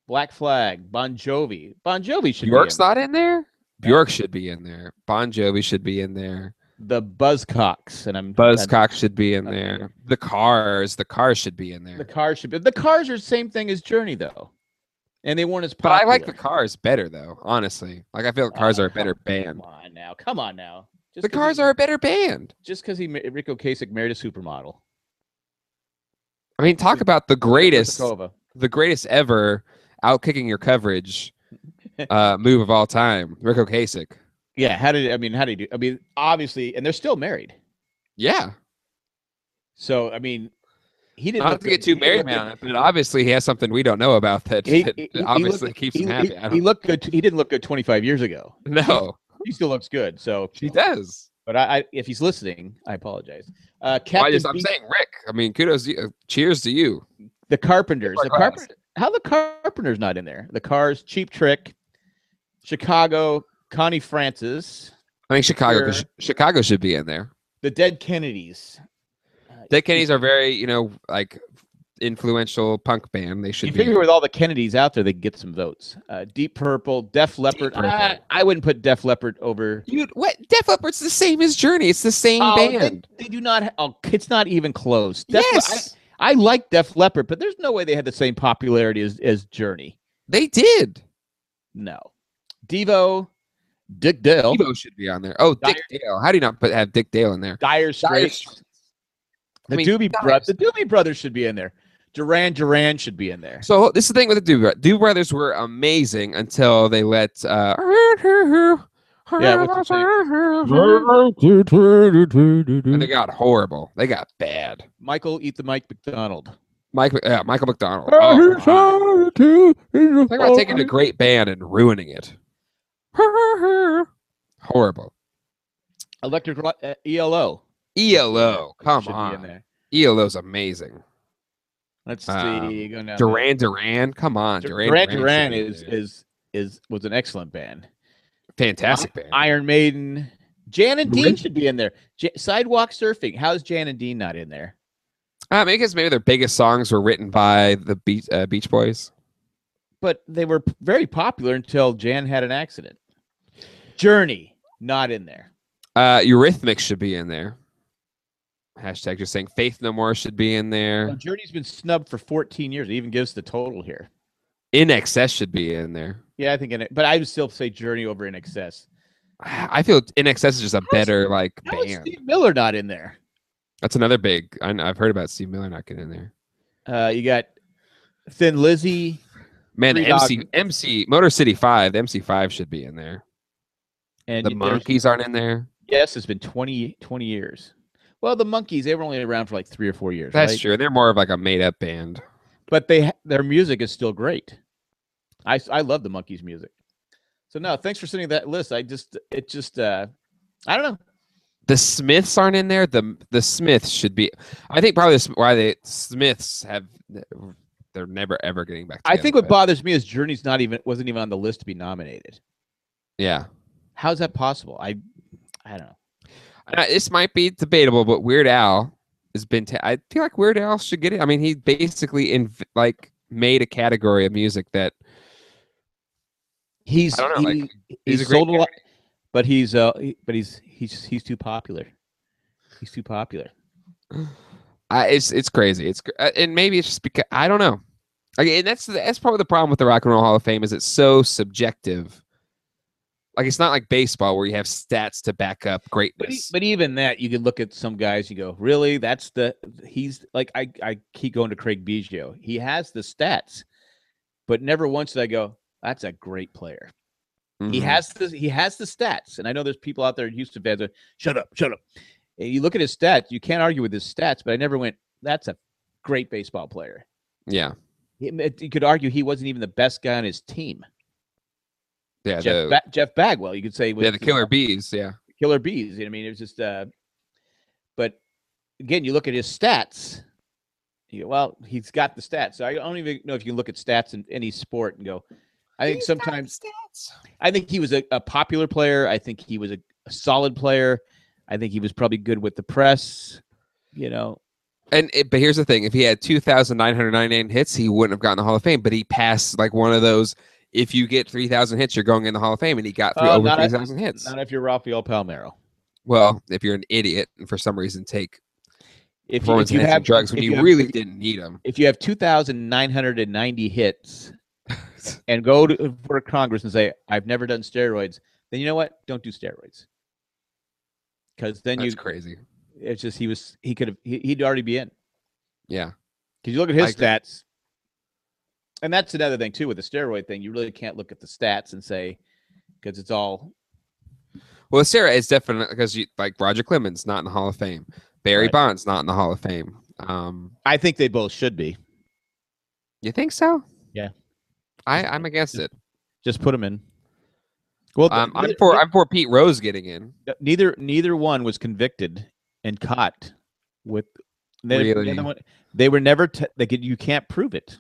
Black Flag, Bon Jovi. Bon Jovi should Bjork's be not in there. Bjork should be in there. Bon Jovi should be in there. in. the Buzzcocks, and I'm I'm- Buzzcock should be in Okay. there. The Cars. The Cars should be in there. The Cars should be. The Cars are the same thing as Journey though, and they weren't as But popular. I like the Cars better though, honestly. Like I feel the Cars Oh, are a [LAUGHS] better come band. on now, come on now. Just The 'cause Cars he, are a better band. just because he ma- Rico Kasich married a supermodel. I mean, talk Dude, about the greatest, Kova. the greatest ever outkicking [LAUGHS] your coverage uh, move of all time, Rico Kasich. Yeah, how did I mean? How did you? I mean, obviously, and they're still married. Yeah, So I mean, he didn't not look to get good- too he married looked man, good- but obviously he has something we don't know about that, He- that he- he obviously looked- keeps He, him he- happy. I he don't looked good. He didn't look good 25 years ago. know. He still looks good. So, She does. but I, I if he's listening, I apologize. Uh, Well, I Captain just, I'm Beef- saying, Rick. I mean, kudos. To you. uh, Cheers to you. the Carpenters. The Cars. Carpenters. How the Carpenters not in there? The Cars, Cheap Trick, Chicago, Connie Francis, I think Chicago. could- Sure. Chicago should be in there. the Dead Kennedys. Uh, Dead Kennedys are very, you know, like influential punk band. They should You be. figure with all the Kennedys out there, they could get some votes. Uh, Deep Purple, Def Leppard. Purple. I, I wouldn't put Def Leppard over. Dude, what? Def Leppard's the same as Journey. It's the same Oh, they- band. They, do not. ha- Oh, it's not even close. Def Le- yes, I, I like Def Leppard, but there's no way they had the same popularity as, as Journey. they did. No. Devo, Dick Dale, Devo should be on there. Oh, Dick Dale. How do you not put, have Dick Dale in there? Dire Straits, Straits. the I mean, Doobie Dire Brothers. The Doobie Brothers should be in there. Duran Duran should be in there. So this is the thing with the Doo Brothers. Doo Brothers were amazing until they let. Uh, Yeah, what's Mm-hmm. and they got horrible. They got bad. Michael, eat the Mike McDonald. Mike, uh, Michael McDonald. Oh, my. Talk about taking a great band and ruining it. Horrible. Electric Li- uh, ELO. ELO. E Oh, Come should be in on. E there. ELO's amazing. Let's see. Um, go down Duran Duran. Come on. there. Duran Duran should Duran be in is there. is is was an excellent band. fantastic band. Iron Maiden. Jan and Dean Really? should be in there. J- sidewalk surfing. How's Jan and Dean not in there? I mean, I guess maybe their biggest songs were written by the Beach, uh, Beach Boys. But they were p- very popular until Jan had an accident. Journey not in there. Uh, Eurythmics should be in there. Hashtag just saying Faith No More should be Well, in there. Journey's been snubbed for 14 years. It even gives the total here. In Excess should be in there. Yeah, I think in it, but I would still say Journey over in excess. I feel In Excess is just a better like How is band. Steve Miller not in there? That's another big. I, I've heard about Steve Miller not getting in there. Uh, you got Thin Lizzy. Man, the Three MC Dog- MC Motor City Five, the MC Five should be in there. And The you- there's- monkeys aren't in there. Yes, it's been 20, 20 years. Well, the monkeys, they were only around for like three or four years. That's right? true. They're more of like a made up band. But they ha- their music is still great. I, s- I love the monkeys' music. So no, thanks for sending that list. I just it just uh I don't know. The Smiths aren't in there. The the Smiths should be. I think probably the Sm- why the Smiths have. They're never ever getting back. I Together, think what but- bothers me is Journey's not even wasn't even on the list to be nominated. yeah, How's that possible? I I don't know. Uh, this might be debatable, but Weird Al has been. Ta- I feel like Weird Al should get it. I mean, he basically inv- like made a category of music that He's don't know, he, like, he's, a great sold a lot, but he's uh he- but he's he's he's too popular. He's too popular. I, it's it's crazy. It's cr- uh, and maybe it's just because I don't know. Like, and that's the- that's probably the problem with the Rock and Roll Hall of Fame is it's so subjective. Like it's not like baseball where you have stats to back up But, e- greatness. but even that, you could look at some guys. You go, really? That's the he's like I I keep going to Craig Biggio. He has the stats, but never once did I go. That's a great player. He Mhm. has the he has the stats, and I know there's people out there in Houston fans. That, shut up, shut up. And you look at his stats. You can't argue with his stats, but I never went. That's a great baseball player. yeah He- it- You could argue he wasn't even the best guy on his team. yeah Jeff, the, ba- Jeff Bagwell, you could say, was yeah the the- killer bees yeah killer bees. you know what I mean, it was just. Uh, but again, you look at his stats. You go, well, he's got the stats. So I don't even know if you can look at stats in any sport and go. I think sometimes stats. I think he was a, a popular player. I think he was a, a solid player. I think he was probably good with the press. You know, And it, but here's the thing: if he had two thousand nine hundred ninety nine hits, he wouldn't have gotten the Hall of Fame. But he passed like one of those. If you get three thousand hits, you're going in the Hall of Fame, and he got through Oh, over not a- three thousand hits. not if you're Rafael Palmero. well, if you're an idiot and for some reason take If you, performance if you enhancing have drugs when if you, have- really didn't need [LAUGHS] them. if you have two thousand nine hundred and ninety hits and go to for Congress and say, I've never done steroids, then you know what? Don't do steroids. Because then That's you, crazy. it's just, he was, he could have, he, he'd already be in. Yeah. Because you look at I his agree. stats. And that's another thing, too, with the steroid thing. You really can't look at the stats and say, because it's all, Well, Sarah is definitely because you like Roger Clemens not in the Hall of Fame. Barry Right. Bonds not in the Hall of Fame. Um, I think they both should be. you think so? Yeah. I, I'm against it. Just put them in. Well, Um, I'm neither- for I'm for Pete Rose getting in. neither neither one was convicted and caught with they, the other Really? one- they were never te- they could, you can't prove it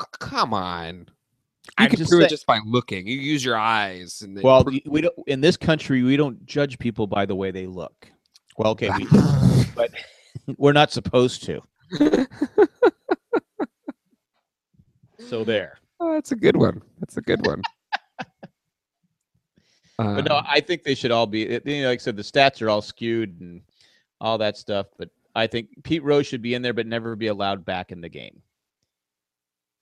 C- come on. You I'm can just prove saying- it just by looking. You use your eyes. And then well prove- we- we don't in this country we don't judge people by the way they [LAUGHS] look well okay we, we're not supposed to So there. [LAUGHS] Oh, that's a good one. That's a good one. [LAUGHS] But no, Um, I think they should all be. it- You know, like I said, the stats are all skewed and all that stuff. But I think Pete Rose should be in there, but never be allowed back in the game.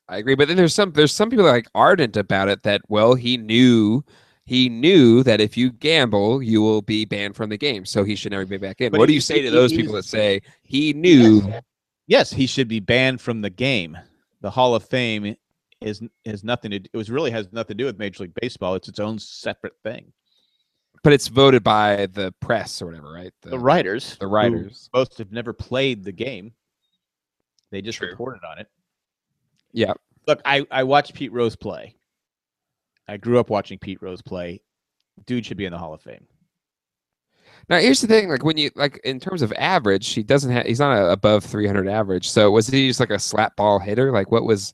I agree, but then there's some there's some people that are like ardent about it that well he knew he knew that if you gamble you will be banned from the game, so he should never be back in. But what do he- you say to he- those he people that was- say he knew? Yes, he should be banned from the game. The Hall of Fame is has nothing to. do- It was really has nothing to do with Major League Baseball. It's its own separate thing. But it's voted by the press or whatever, right? The, The writers, the who writers. most have never played the game. They just True. reported on it. Yep. Look, I I watched Pete Rose play. I grew up watching Pete Rose play. Dude should be in the Hall of Fame. Now here's the thing: like when you like in terms of average, he doesn't have he's not a, above 300 average. So was he just like a slap ball hitter? Like what was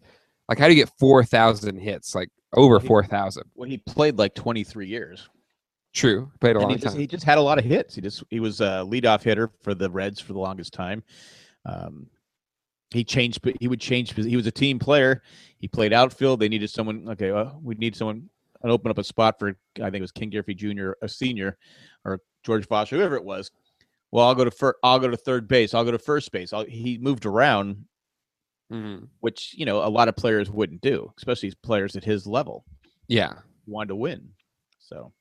like how do you get 4,000 hits? Like over He- 4,000? Well, he played like 23 years. True, played a and he long just, time. he just had a lot of hits. He just he was a leadoff hitter for the Reds for the longest time. Um, he changed, but he would change. posi- He was a team player. He played outfield. They needed someone. Okay, well, we need someone and open up a spot for I think it was King Griffey Jr., a senior, or George Foster, whoever it was. Well, I'll go to first. I'll go to third base. I'll go to first base. I'll, he moved around, Mhm. which you know a lot of players wouldn't do, especially players at his level Yeah. wanted to win. So,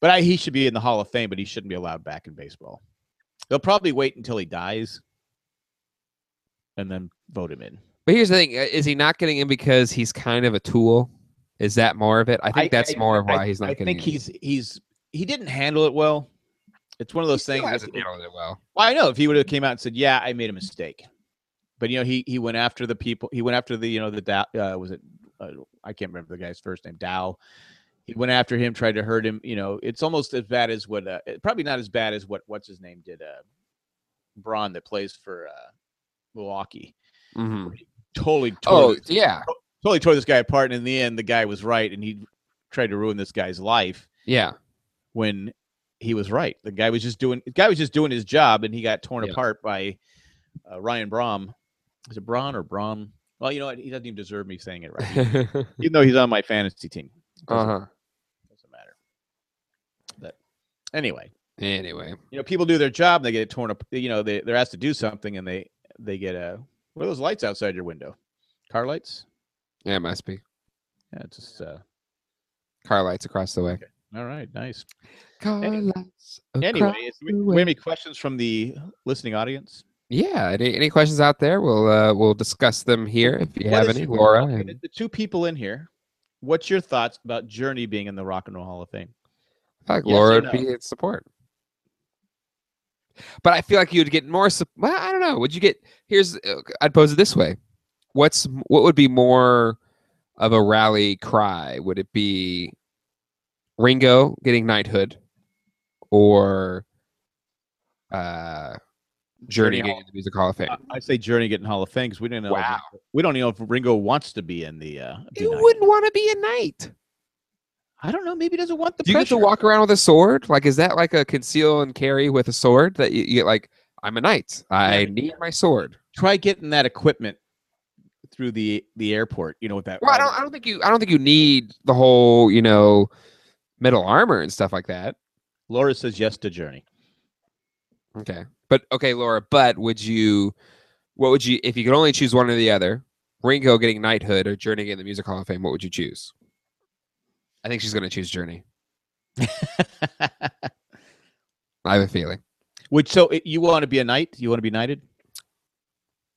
but I, he should be in the Hall of Fame, but he shouldn't be allowed back in baseball. They'll probably wait until he dies and then vote him in. But here's the thing: uh, is he not getting in because he's kind of a tool? Is that more of it? I think I- that's I- more of I- why he's not I getting. think in. he's he's he didn't handle it well. It's one of He those still things. hasn't if- handled it well. Well, I know if he would have came out and said, "Yeah, I made a mistake," but you know, he he went after the people. He went after the you know the Dow. Uh, was it? Uh, I can't remember the guy's first name. Dow. He went after him, tried to hurt him. You know, it's almost as bad as what. Uh, it- probably not as bad as what. What's his name did? Uh, Braun that plays for uh, Milwaukee. Mhm. Totally, Oh totally, yeah, totally tore this guy apart. And in the end, the guy was right, and he tried to ruin this guy's life [LAUGHS] yeah. when he was right. The guy was just doing the guy was just doing his job, and he got torn Yeah. apart by uh, Ryan Braun. Is it Braun or Braun? Well, you know what? He doesn't even deserve me saying it [LAUGHS] right, uh even though he's on my fantasy team. Doesn't, huh. doesn't matter. But anyway, Anyway, you know, people do their job, and they get it torn up. You know, they they're asked to do something, and they they get a what are those lights outside your window? Car lights? yeah, it must be Yeah, it's just uh, car lights across the way. all right, nice. Car Anyway. lights. Anyway, across is, the do we way. have any questions from the listening audience? yeah. Any, any questions out there? We'll uh, we'll discuss them here if you What have is any, your- Laura. okay, the- and- the two people in here. What's your thoughts about Journey being in the Rock and Roll Hall of Fame? I feel like Yes or Laura would no? Oh, be in support. But I feel like you'd get more. sup- Well, I don't know. Would you get? Here's. uh, I'd pose it this way. What's m- what would be more of a rally cry? Would it be Ringo getting knighthood, or uh, Journey Journey getting Hall- Uh, into the Music Hall of Fame? I, I say Journey getting Hall of Fame because we didn't know. if- Wow. we don't know if Ringo wants to be in the. Uh, be you knight. wouldn't want to be a knight. I don't know. Maybe he doesn't want the Do you get pressure. to walk around with a sword? Like, is that like a conceal and carry with a sword that you, you get? Like, I'm a knight. I but- need my sword. Try getting that equipment through the the airport. You know what that? Well, I don't. I don't think you. I don't think you need the whole, you know, metal armor and stuff like that. Laura says yes to Journey. [LAUGHS] Okay, but okay, Laura. But would you? What would you if you could only choose one or the other? Ringo getting knighthood or Journey getting the Music Hall of Fame. What would you choose? I think she's going to choose Journey. I have a feeling. Which so it- you want to be a knight? You want to be knighted?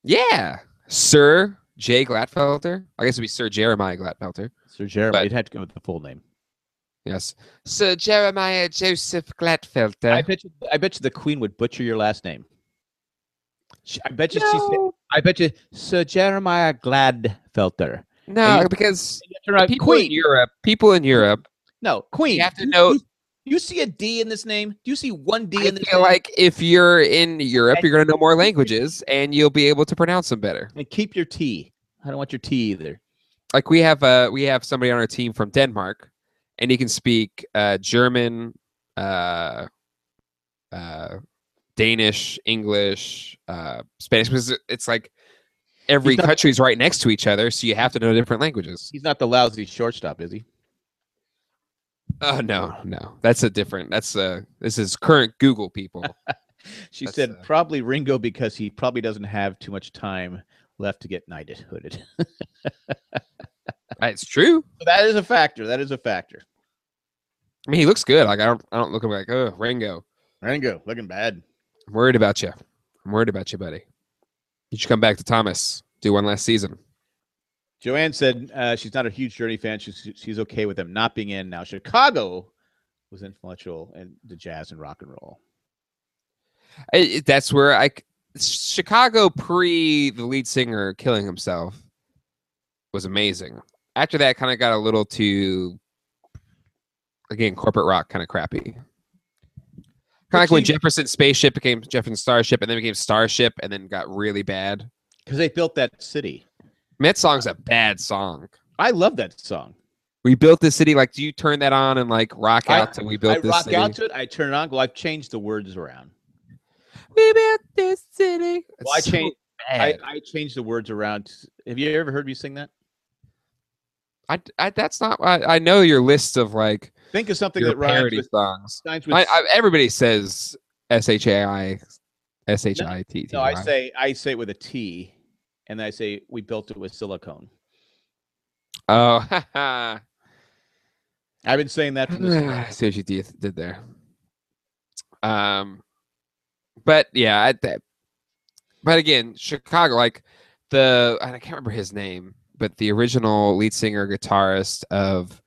Yeah, Sir Jay Glatfelter. I guess it'd be Sir Jeremiah Glatfelter. Sir Jeremy, But- you'd have to go with the full name. Yes, Sir Jeremiah Joseph uh, Glatfelter. I bet you. I bet you the Queen would butcher your last name. She- I bet you she said. no, I bet you Sir Jeremiah Gladfelter. no, you- because Turn out- people in Queen. Europe, people in Europe No, Queen. You have to Do know- You, you see a D in this name? Do you see one D I in this feel name? like if you're in Europe, And- you're going to know more languages and you'll be able to pronounce them better. and keep your T. I don't want your T either. Like we have uh, we have somebody on our team from Denmark, and he can speak uh, German, uh, uh, Danish, English, uh, Spanish. Because it's like every He's not- country's right next to each other, so you have to know different languages. He's not the lousy shortstop, is he? Oh no, no, that's a different. That's uh, this is current Google [LAUGHS] people. She That's, said uh, probably Ringo because he probably doesn't have too much time left to get knighted [LAUGHS] hooded. it's true. So that is a factor. That is a factor. I mean, he looks good. Like I don't, I don't look at him like oh Ringo. Ringo looking bad. I'm worried about you. I'm worried about you, buddy. You should come back to Thomas. Do one last season. Joanne said uh, she's not a huge Journey fan. She's she's okay with them not being in now. Chicago was influential in the jazz and rock and roll. I- I- that's where I c- Chicago pre the lead singer killing himself was amazing. After that, kind of got a little too again corporate rock kind of crappy. Kind of But like when you- Jefferson Spaceship became Jefferson Starship, and then became Starship, and then got really bad. I Because they built that city. mean, that song's a bad song. I love that song. We built this city. Like, do you turn that on and like rock I- out till we built I this rock city? out to it. I turn it on. Well, I've changed the words around. we built this city. Well, I It's so changed. I, bad. I changed the words around. Have you ever heard me sing that? I, I, that's not. I, I know your list of like Think of something your that rhymes parody with, songs. rhymes with I, I, everybody says S H A I S H I T T. No, I Y. say I say it with a T, and I say we built it with silicone. Oh, [LAUGHS] ha, ha. I've been saying that. From the [SIGHS] I see what you did, did there. Um, but yeah, I, that, but again, Chicago, like the and I can't remember his name, but the original lead singer guitarist of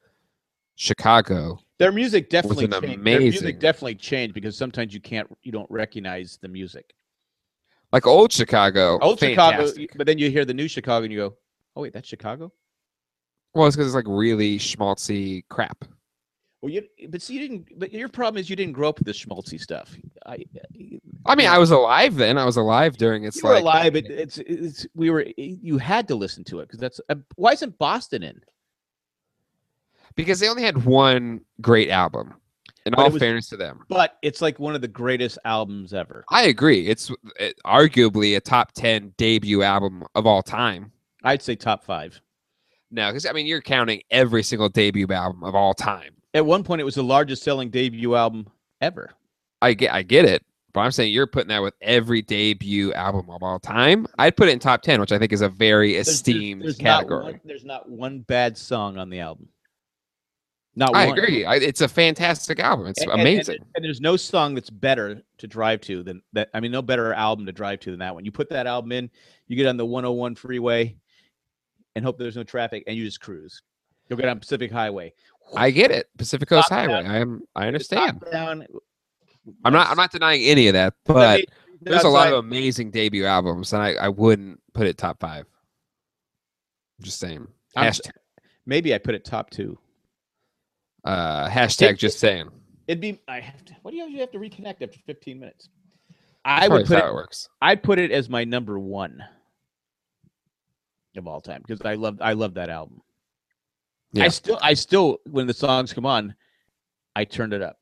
Chicago. their music definitely an changed. Their music amazing- definitely changed because sometimes you can't you don't recognize the music. Like old Chicago, Old fantastic. Chicago, but then you hear the new Chicago and you go, "Oh wait, that's Chicago." Well, it's because it's like really schmaltzy crap. Well, you but see, you didn't. But your problem is you didn't grow up with the schmaltzy stuff. I, you I mean, Yeah. I was alive then. I was alive during its were like alive. It, it's it's we were. You had to listen to it because that's uh, why isn't Boston in? because they only had one great album. In But it all was- fairness to them, But it's like one of the greatest albums ever. I agree. It's uh, arguably a top ten debut album of all time. I'd say top five. No, because I mean, you're counting every single debut album of all time. At one point, it was the largest selling debut album ever. I get, I get it, but I'm saying you're putting that with every debut album of all time. I'd put it in top ten, which I think is a very There's- there's- esteemed there's not category. one- there's not one bad song on the album. Not I one. agree. I, it's a fantastic album. It's A- and- and- amazing. And, there's no song that's better to drive to than that. I mean, no better album to drive to than that one. You put that album in, you get on the 101 freeway and hope there's no traffic and you just cruise. You'll get on Pacific Highway. I get it. Pacific Coast Top down. Highway. I am. I Just top understand. down. I'm not. I'm not denying any of that. But Let me- There's a lot outside- of amazing debut albums, and I, I wouldn't put it top five. Just saying. I'm- Hashtag, Maybe I put it top two. uh, hashtag just saying. It'd be. I have to. What do you usually have to reconnect after 15 minutes? I Probably would is put it how it works. I put it as my number one of all time because I love I love that album. Yeah. I still I still when the songs come on, I turned it up.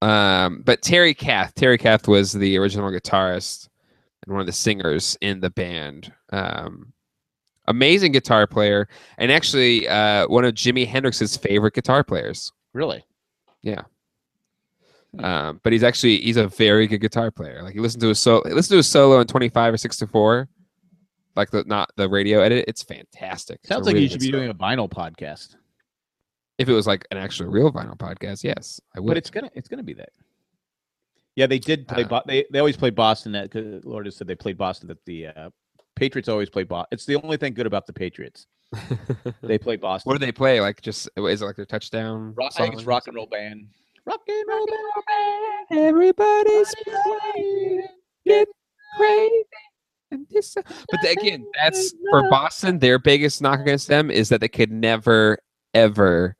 Um, but Terry Kath, Terry Kath was the original guitarist and one of the singers in the band. Um, amazing guitar player, and actually uh, one of Jimi Hendrix's favorite guitar players. Really? Hmm. Um, but he's actually he's a very good guitar player. Like you listen to his solo, listen to his solo in twenty five or sixty four, like the not the radio edit. It's fantastic. It's a Sounds like really you should good be solo. doing a vinyl podcast. If it was like an actual real vinyl podcast, yes, I would. But it's gonna it's gonna be that. Yeah, they did play. Uh, Bo- they they always play Boston. At, 'cause Lord has said they played Boston. That the uh, Patriots always play Boston. It's the only thing good about the Patriots. They play Boston. what do they play? Like just is it like their touchdown? Rock, I think it's song? rock and roll band. Rock and roll band. Everybody's playing, get crazy. But the- again, that's for Boston. Their biggest knock against them is that they could never, ever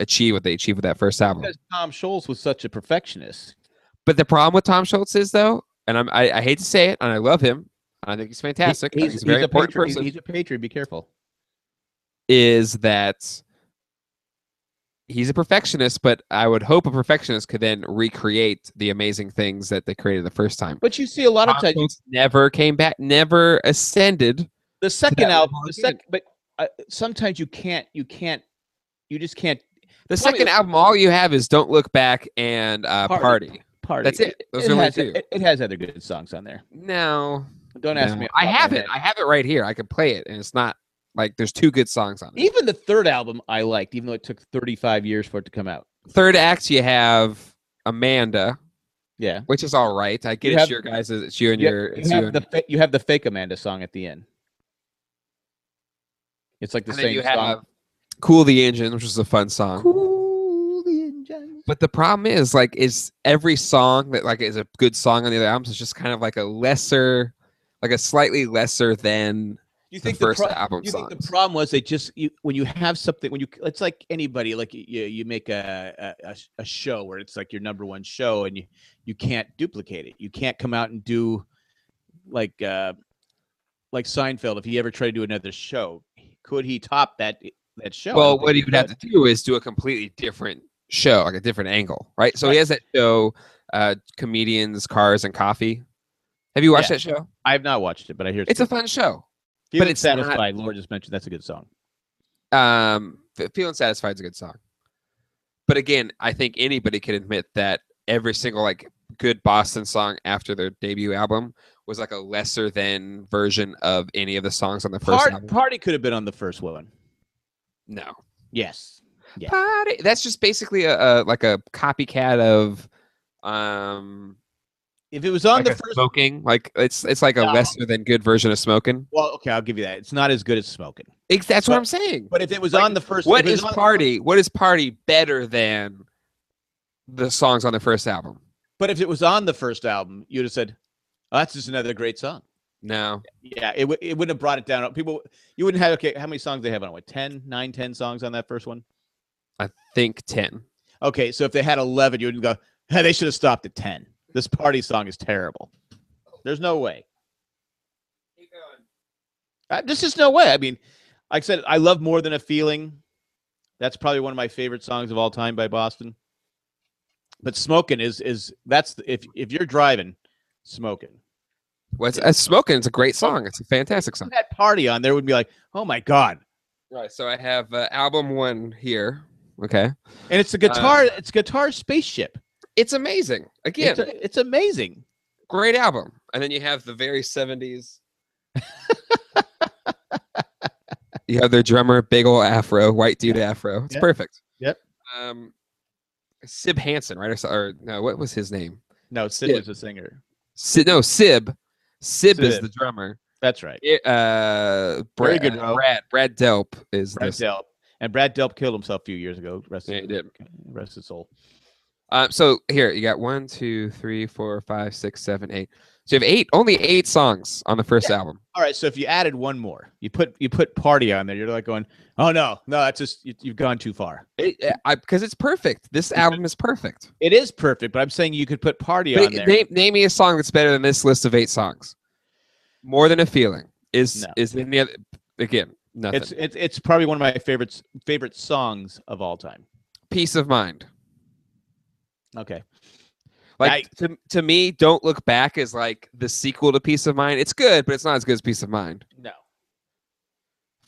achieve what they achieved with that first album. Because Tom Scholes was such a perfectionist. But the problem with Tom Schultz is though, and I'm, I, I hate to say it, and I love him, and I think he's He- fantastic. I think He's, a very important patriot. person. He's a patriot. Be careful. is that he's a perfectionist, but I would hope a perfectionist could then recreate the amazing things that they created the first time. But you see a lot of Tom times Hanks never came back, never ascended. the second that album, level the again. second, but uh, sometimes you can't, you can't, you just can't The Probably- second album, all you have is "Don't Look Back" and uh, Party. party. party. That's it. Those It are my has, two. it, it has other good songs on there. no, Don't ask no. me. I off my have it. head. I have it right here. I can play it, and it's not like there's two good songs on it. Even the third album I liked, even though it took 35 years for it to come out. Third act, you have Amanda, Yeah. which is all right. I get You it's have- your guys. It's you and You, your. It's you, you have and- the fa- you have the fake Amanda song at the end. It's like the and then you same song. have "Cool the Engine," which is a fun song. Cool the engine. But the problem is, like, is every song that like is a good song on the other albums is just kind of like a lesser, like a slightly lesser than You the think first the pro- album you think songs. the problem was they just you, when you have something when you it's like anybody like you you make a, a- a sh- a show where it's like your number one show and you you can't duplicate it you can't come out and do like uh like Seinfeld if he ever tried to do another show could he top that that show I well, don't what think he would have could. to do is do a completely different show, like a different angle, right? So he has that show, uh, comedians, cars, and coffee. Have you watched Yeah. that show? I've not watched it but I hear It's a fun show. Feeling but it's not- satisfied Laura just mentioned that's a good song Um, F- feeling satisfied is a good song, but again, I think anybody can admit that every single like good Boston song after their debut album was like a lesser than version of any of the songs on the first Part, album. party could have been on the first one no, yes Yeah. Party- that's just basically a, a like a copycat of um if it was on like the a first smoking like it's it's like a No. lesser than good version of smoking well okay I'll give you that it's not as good as smoking Ex- that's But- what i'm saying But if it was Like, on the first, what if it was is on- party what is party better than the songs on the first album But if it was on the first album, you'd have said, oh, "That's just another great song." no Yeah, it would. It wouldn't have brought it down. People, you wouldn't have. Okay, how many songs they have on? What 10, 9, 10 songs on that first one? i think 10 Okay, so if they had eleven, you wouldn't go. [LAUGHS] Hey, they should have stopped at ten. This party song is terrible. There's no way. Uh, There's just no way. I mean, like I said, I love more than a feeling. That's probably one of my favorite songs of all time by Boston. But smoking is is that's the- if if you're driving, smoking. what's uh, smoking is Oh. a great song it's a fantastic song Put that party on there would be like, oh my god! right so i have uh, album one here okay And it's a guitar. it's guitar spaceship. it's amazing again It's, a- it's amazing. great album and then you have the [LAUGHS] very 70s you have their drummer big ol' afro white dude afro it's Yep. perfect Yep. um sib hansen right or, so- or no what was his name No, Sid Yeah. was a singer. sib no sib sib, is Sib. the drummer That's right. It- uh Very brad, good, Ro. brad brad delp is Brad this Delp. And Brad Delp killed himself a few years ago. Rest Yeah, he did. Rest his soul. um so here you got one two three four five six seven eight so you have eight only eight songs on the first album All right, so if you added one more, you put you put party on there. You're like going, oh no, no, that's just you, you've gone too far. It- I because it's perfect this album is perfect It is perfect, but I'm saying you could put party But on it- there. Name, name me a song that's better than this list of eight songs. More than a feeling is No. is in the other again nothing. it's it's it's probably one of my favorites favorite songs of all time. Peace of mind. Okay, Like to, to me, don't look back is like the sequel to Peace of Mind. It's good, but it's not as good as Peace of Mind. no,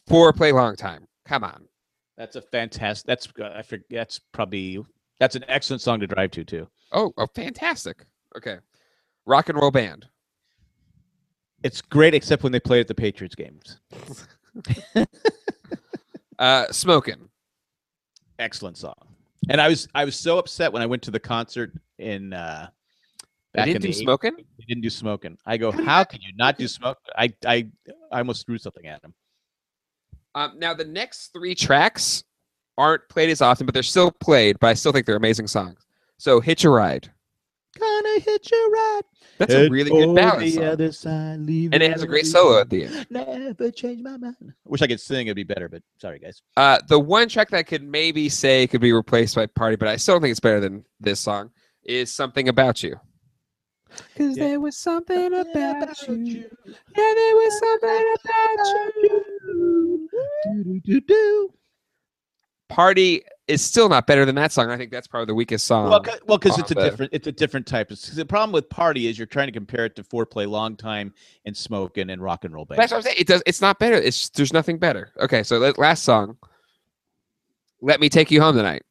Four play long time. Come on. that's a fantastic. That's uh, I forget. That's probably that's an excellent song to drive to too. Oh, oh fantastic. Okay. Rock and roll band. It's great except when they play at the Patriots games. Uh smoking. Excellent song. And I was I was so upset when I went to the concert in uh They back in didn't the do 80s. smoking. They didn't do smoking. I go, how could you not do smoke? I I I almost threw something at him. Um, now the next three tracks aren't played as often, but they're still played, but I still think they're amazing songs. So Hitch a Ride. Gonna hit you right. That's a really good ballad. The song. other side, leave and the it has a other great side. solo at the end. Never change my mind. Wish I could sing; it'd be better. But sorry, guys. Uh, the one track that I could maybe say could be replaced by Party, but I still don't think it's better than this song, is Something About You. Because Yeah. there was something Yeah, there was something about you. Party it's still not better than that song. I think that's probably the weakest song. Well, 'cause- well, because it's a Uh, but- different it's a different type of. 'cause The problem with party is you're trying to compare it to foreplay, long time, and smoking and rock and roll band. That's what I'm saying. It does. It's not better. It's just- there's nothing better. Okay, so let, last song. Let me take you home tonight.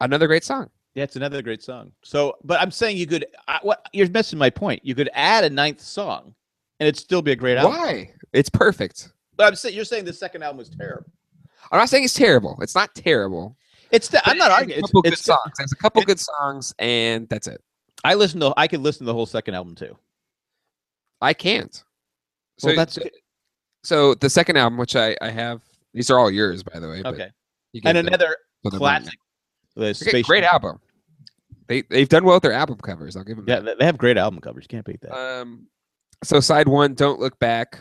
Another great song. Yeah, it's another great song. So, but I'm saying you could. I, what you're missing my point. You could add a ninth song, and it'd still be a great album. Why? It's perfect. But I'm saying you're saying the second album was terrible. I'm not saying it's terrible. It's not terrible. It's the, but I'm not it has arguing. A It's, couple it's good the- songs. There's a couple it- good songs, and that's it. I listen to. I could listen to the whole second album too. I can't. So Well, that's that's so the second album, which I I have. These are all yours, by the way. but okay. you gave And them- another put them on there. classic. The Okay, space. great album. They they've done well with their album covers. I'll give them. Yeah, they they have great album covers. You can't beat that. that. Um. So side one, don't look back.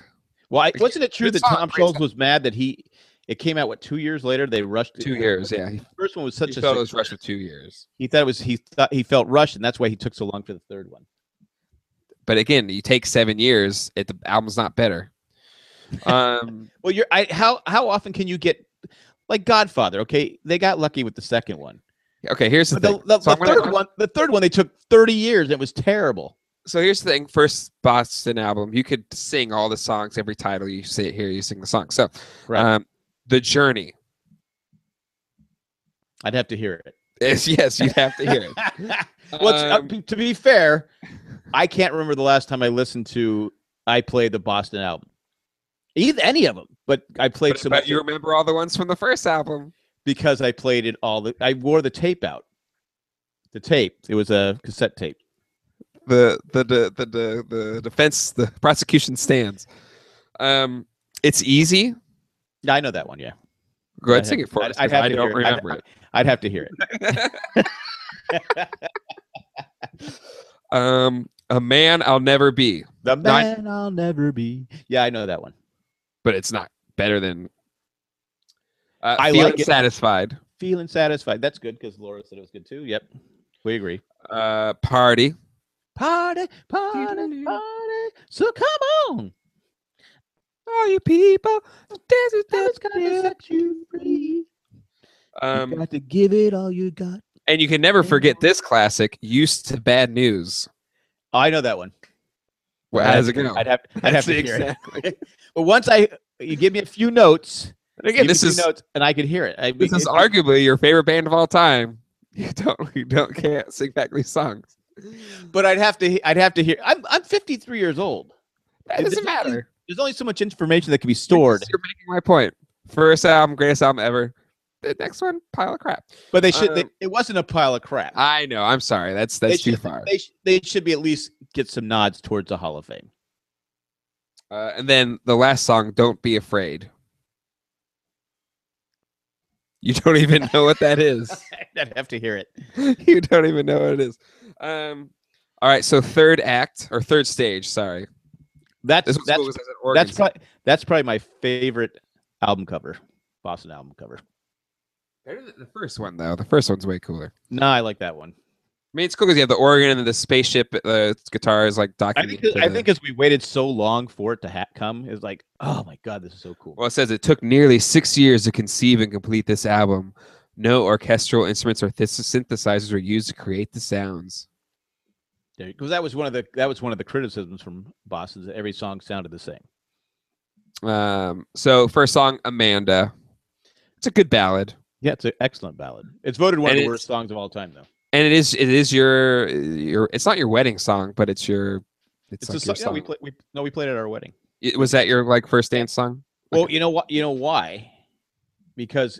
Well, I, wasn't it true good that song, Tom great Scholz song. was mad that he? It came out what two years later? They rushed it? Two years, yeah. He, The first one was he such a. felt it was success. rushed for two years. He thought it was. He thought he felt rushed, and that's why he took so long for the third one. But again, you take seven years, it the album's not better. Um. Well, you're I how how often can you get like Godfather? Okay, they got lucky with the second one. [LAUGHS] okay. Here's the But the, thing. the, So I'm the gonna- 3rd one, the third one, they took thirty years. and It was terrible. so here's the thing first boston album you could sing all the songs every title you sit here you sing the song so Right. um the journey [LAUGHS] I'd have to hear it. is yes you'd have to hear it [LAUGHS] [LAUGHS] What's uh, Um, to- to be fair, I can't remember the last time I listened to I played the Boston album, either any of them. But I played but, so but much you remember all the ones from the first album because I played it all. The, I wore the tape out. The tape. It was a cassette tape. the the the the, the, the defense the prosecution stands um it's easy Yeah, I know that one. Yeah, go ahead I'd and sing have- it for I'd- us I'd 'cause have i to don't hear it. I'd- remember it I'd have to hear it. um a man i'll never be The No, I- man I'll never be. Yeah, I know that one. but it's not better than uh, I feeling like it. satisfied Feeling satisfied. That's good because Laura said it was good too. Yep, we agree. uh party Party, party, Doo-doo-doo. party. So come on, All you people, the desert that's gonna set you free. you Um, got to give it all you got. and you can never forget this classic, "Used to Bad News." Oh, I know that one. Well, I'd how does it have to- go? I'd have, [LAUGHS] I'd have That's to hear it. exactly. But once I, you give me a few notes. And again, give me this two is notes and I could hear it. I, this it- is arguably your favorite band of all time. [LAUGHS] You don't you don't can't sing back these songs. but I'd have to. he- I'd have to hear. I'm I'm 53 years old. That It doesn't doesn't really matter. There's only so much information that can be stored. You're making my point. First album, greatest album ever. The next one, pile of crap. But they should. they, Um, it wasn't a pile of crap. I know. I'm sorry. That's they that's too should, far. They, sh- they should be at least get some nods towards the Hall of Fame. [LAUGHS] Uh, and then the last song, "Don't Be Afraid." You don't even know what that is. [LAUGHS] I'd have to hear it. you don't even know what it is. Um, all right, so third act or third stage. Sorry, That's this was, that's what was this, an organ that's song? probably that's probably my favorite album cover, Boston album cover. better than the first one though. The first one's way cooler. No, I like that one. I mean, it's cool because you have the organ and then the spaceship uh, guitar is like I docking. think into I the- think as we waited so long for it to ha- come, it's like, oh my god, this is so cool. well, it says it took nearly six years to conceive and complete this album. No orchestral instruments or th- synthesizers were used to create the sounds. because that was one of the that was one of the criticisms from Boston's that every song sounded the same. Um, so first song, Amanda. It's a good ballad, Yeah, it's an excellent ballad. It's voted one And of the it's- worst songs of all time, though. and it is it is your your. It's not your wedding song, but it's your. It's It's, like a your song, yeah, we song. play, we no, we played it at our wedding. It- was that your like first dance song? Well, you know what? You know why? Because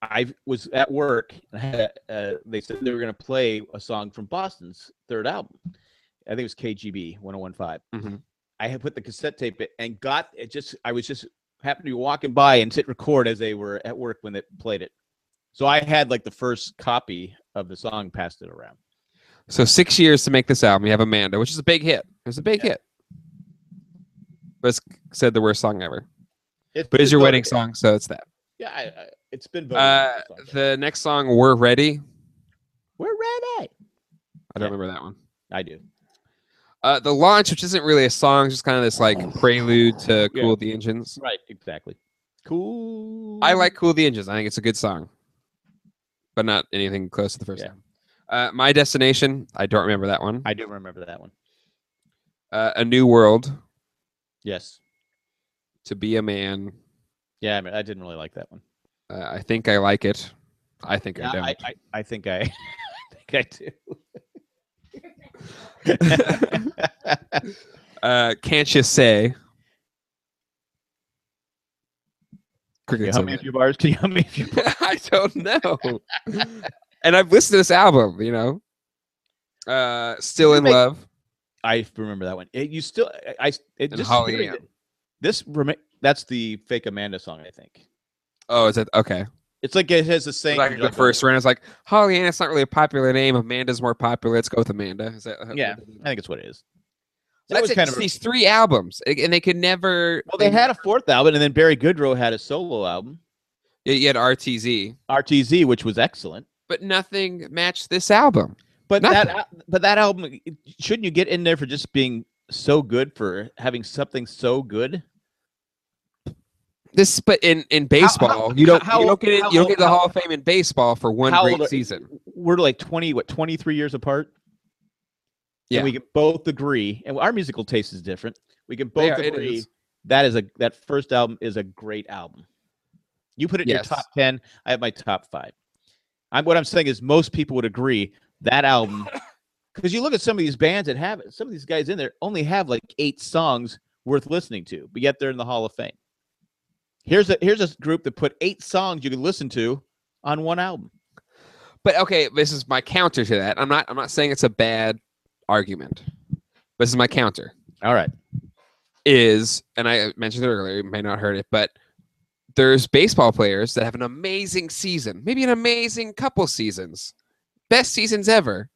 I was at work. [LAUGHS] And I had, uh, they said they were going to play a song from Boston's third album. I think it was KGB 1015. Mhm. I had put the cassette tape in and got it. Just I was just happened to be walking by and hit record as they were at work when they played it. So I had like the first copy of the song, passed it around. So six years to make this album. You have Amanda, which is a big hit. It was a big hit. But it's said the worst song ever. It's But it's been your voted- wedding song, so it's that. Yeah, I, I, it's been voted. Uh, as the song. the next song, "We're Ready." We're ready. I don't remember that one. I do. Uh, the launch, which isn't really a song, it's just kind of this like prelude to Oh. Yeah. "Cool the Engines." Right, exactly. Cool. I like "Cool the Engines." I think it's a good song. but not anything close to the first Yeah. one. Uh, My Destination, I don't remember that one. I do remember that one. Uh, a New World, Yes. To Be a Man. Yeah, I, mean, I didn't really like that one. Uh, I think I like it. I think I Yeah, don't. I, I, I think I, [LAUGHS] I think I do. uh, can't you say? Can you Crickets. help on me a that. few bars? Can you help me a few? [LAUGHS] I don't know. and I've listened to this album, you know. Uh, still You in make- love. I remember that one. It, you still, I, I it And just Holly really- Ann. This remi- that's the fake Amanda song, I think. Oh, is that okay? It's like it has the same. Like the like, first round, it's like Holly Ann. It's not really a popular name. Amanda's more popular. Let's go with Amanda. Is that what Yeah, they did? I think it's what it is. That That's was it. kind just of a- these three albums, a- and they could never. Well, they had a fourth album, and then Barry Goodrow had a solo album, y- you had RTZ, RTZ, which was excellent. but nothing matched this album. But that, Nothing. al- but that album, it- shouldn't you get in there for just being so good for having something so good? This, but in in baseball, you don't how- you don't get in, how you don't old- get the how- Hall of Fame in baseball for one How great old are- season. We're like twenty, what twenty three years apart. Yeah. and we can both agree, and our musical taste is different. We can both are- it agree is. that is a that first album is a great album. You put it in Yes. your top ten. I have my top five. I'm what I'm saying is most people would agree that [COUGHS] album because you look at some of these bands that have it. Some of these guys in there only have like eight songs worth listening to, but yet they're in the Hall of Fame. Here's a here's a group that put eight songs you can listen to on one album. But okay, this is my counter to that. I'm not I'm not saying it's a bad argument. This is my counter All right, is, and I mentioned it earlier, you may not heard it, but there's baseball players that have an amazing season, maybe an amazing couple seasons, best seasons ever,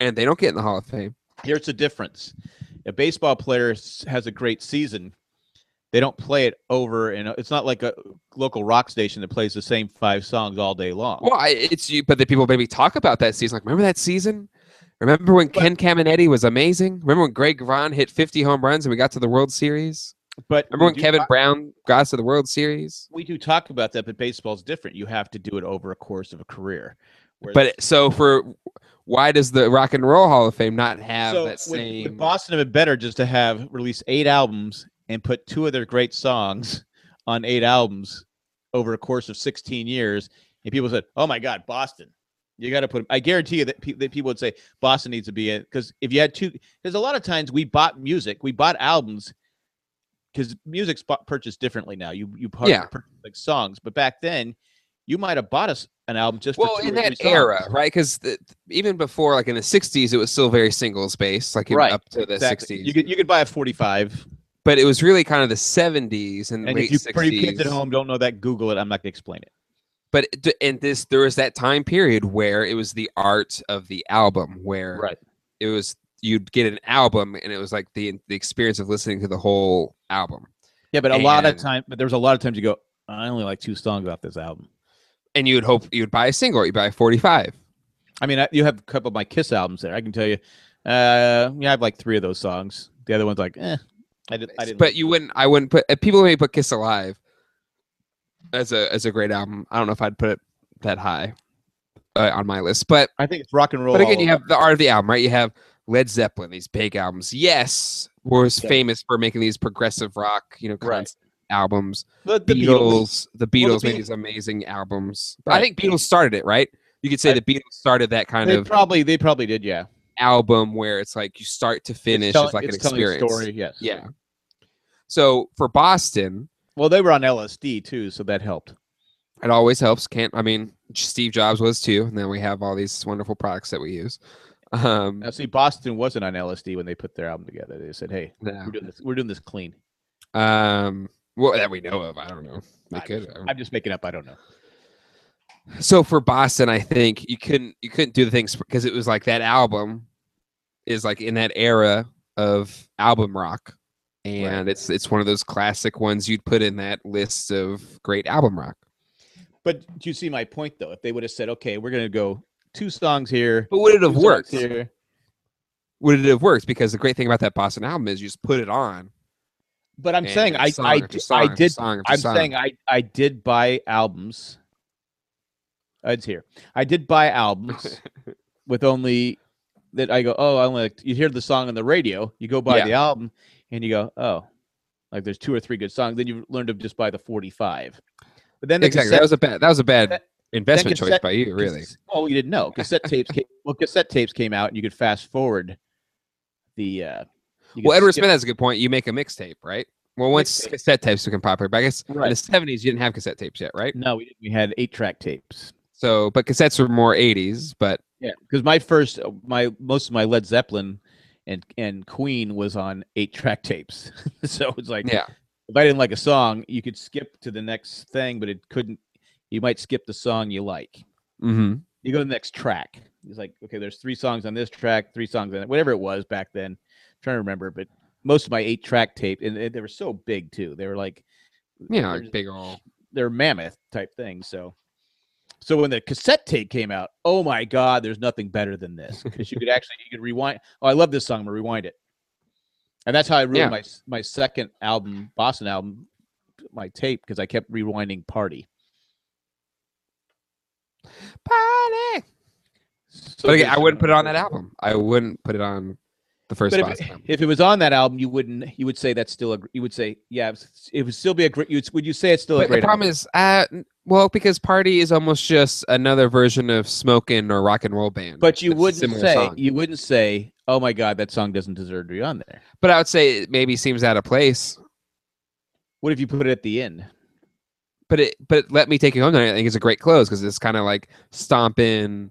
and they don't get in the Hall of Fame. here's the difference a baseball player s- has a great season they don't play it over and o- it's not like a local rock station that plays the same five songs all day long Well, I, it's you, but the people maybe talk about that season. Like, remember that season? Remember when Ken Caminetti was amazing? Remember when Greg Vaughn hit 50 home runs and we got to the World Series? but Remember we when do Kevin talk- Brown got us to the World Series? we do talk about that but baseball's different you have to do it over a course of a career Whereas- But so for why does the Rock and Roll Hall of Fame not have so that would, same? would boston have been better just to have released eight albums and put two of their great songs on eight albums over a course of 16 years and people said oh my god boston you got to put i guarantee you that, pe- that people would say boston needs to be in because if you had two because a lot of times we bought music we bought albums because music's bu- purchased differently now you you part, Yeah. purchase, like songs but back then you might have bought us an album just well, for two in or that three era, songs. right? Because even before, like in the '60s, it was still very singles based, like even Right, up to exactly. the '60s. you could you could buy a 45 but it was really kind of the '70s and, And late if you, for '60s. you kids at home don't know that, Google it. I'm not gonna explain it. but d- and this there was that time period where it was the art of the album where it was you'd get an album and it was like the the experience of listening to the whole album Yeah, but a lot of And- time, but there was a lot of times you go, I only like two songs off this album. and you would hope you would buy a single or you buy a 45 I mean, I, you have a couple of my Kiss albums there. I can tell you, uh, yeah, I have like three of those songs. The other one's like, eh, I, did, I didn't. but you wouldn't i wouldn't put uh, people may put kiss alive as a as a great album i don't know if i'd put it that high uh, on my list but I think it's rock and roll. but again all you over. have the art of the album right you have led zeppelin these big albums yes was Yeah. famous for making these progressive rock you know Right. concept albums But the the Beatles. Beatles, the Beatles Well, the made Beatles- these amazing albums. I Right. think Beatles started it, right? You could say I- the Beatles started that kind They of probably they probably did. Yeah, It's album where it's like you start to finish, it's, telling- like an telling a experience. story. Yes. Yeah. So for Boston, Well, they were on LSD too, so that helped. it always helps. Can't I mean Steve Jobs was too, and then we have all these wonderful products that we use. Um, Now, see, Boston wasn't on LSD when they put their album together. They said, "Hey, yeah. we're doing this. We're doing this clean." um, well, that we know of. I don't know. They I'm- could. have. I'm just making up. I don't know. so for Boston, I think you couldn't you couldn't do the things because it was like that album is like in that era of album rock, and it's it's one of those classic ones you'd put in that list of great album rock. But do you see my point though? If they would have said, "Okay, we're gonna go two songs here, But would it two have songs worked? here," Would it have worked? Because the great thing about that Boston album is you just put it on. but I'm and saying it's I, song I, after di- song I after did. Song after I'm song. saying I, I did buy albums It's here. I did buy [LAUGHS] albums with only that I go, oh, I only like you hear the song on the radio, you go buy Yeah. the album, and you go, oh, like there's two or three good songs. Then you learn to just buy the 45. But then the exactly. cassette- that was a bad. That was a bad that- investment choice cassette- by you. Really. Cass- Oh, you didn't know cassette tapes. Came, well, cassette tapes came out, and you could fast forward the. Uh, you could Well, Edward skip- Smith has a good point. You make a mixtape, right? Well, once Mixtape. cassette tapes become popular, but I guess in the Right. Mm. seventies you didn't have cassette tapes yet, right? No, we didn't. We had eight track tapes. So, but cassettes were more eighties. But Yeah, because my first, uh, my most of my Led Zeppelin and and Queen was on eight track tapes. [LAUGHS] so it's like, yeah, if I didn't like a song, you could skip to the next thing, but it couldn't. You might skip the song you like. hmm You go to the next track. It's like, okay, there's three songs on this track, three songs on it, whatever it was back then. trying to remember, but most of my eight track tape, and they they were so big too. They were like yeah, like There's- big old. they're mammoth type things. So, so when the cassette tape came out, oh my God, there's nothing better than this because [LAUGHS] you could actually you could rewind. Oh, I love this song. I'm gonna rewind it, and that's how I ruined Yeah. my s- my second album, Boston album, my tape because I kept rewinding Party. Party. So But again, I this wouldn't put it on that album. album. I wouldn't put it on the first But Boston if, it- [LAUGHS] album. if it was on that album, you wouldn't. You would say that's still a. gr- You would say, yeah, it, was- it would still be a great. You would- would you say it's still a But the great? album? problem is, uh, n- well, because party is almost just another version of smoking or rock and roll band. But you It's a wouldn't similar say song. you wouldn't say, oh my God, that song doesn't deserve to be on there. But I would say it maybe seems out of place. What if you put it at the end? But it, but let me take you home. Tonight, I think it's a great close because it's kind of like stomping,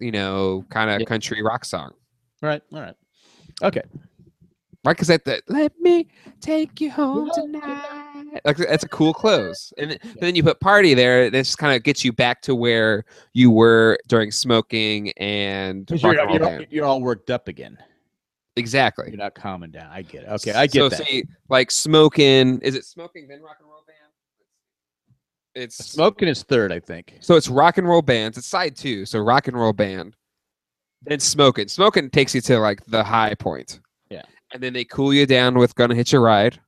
you know, kind of Yeah. country rock song. All right, all right. Okay. Right, because that, that let me take you home Yeah. tonight. Like that's a [LAUGHS] cool close, and th- then you put party there. This just kind of gets you back to where you were during smoking and rock You're, and roll you're- band. you're all worked up again. Exactly. You're not calming down. I get it. Okay, I get so that. see, like smoking. Is it smoking then rock and roll band? It's Smoking is third, I think. So it's rock and roll bands. It's side two. So rock and roll band. Then smoking. Smoking takes you to like the high point. Yeah. And then they cool you down with "Gonna Hit Your Ride,"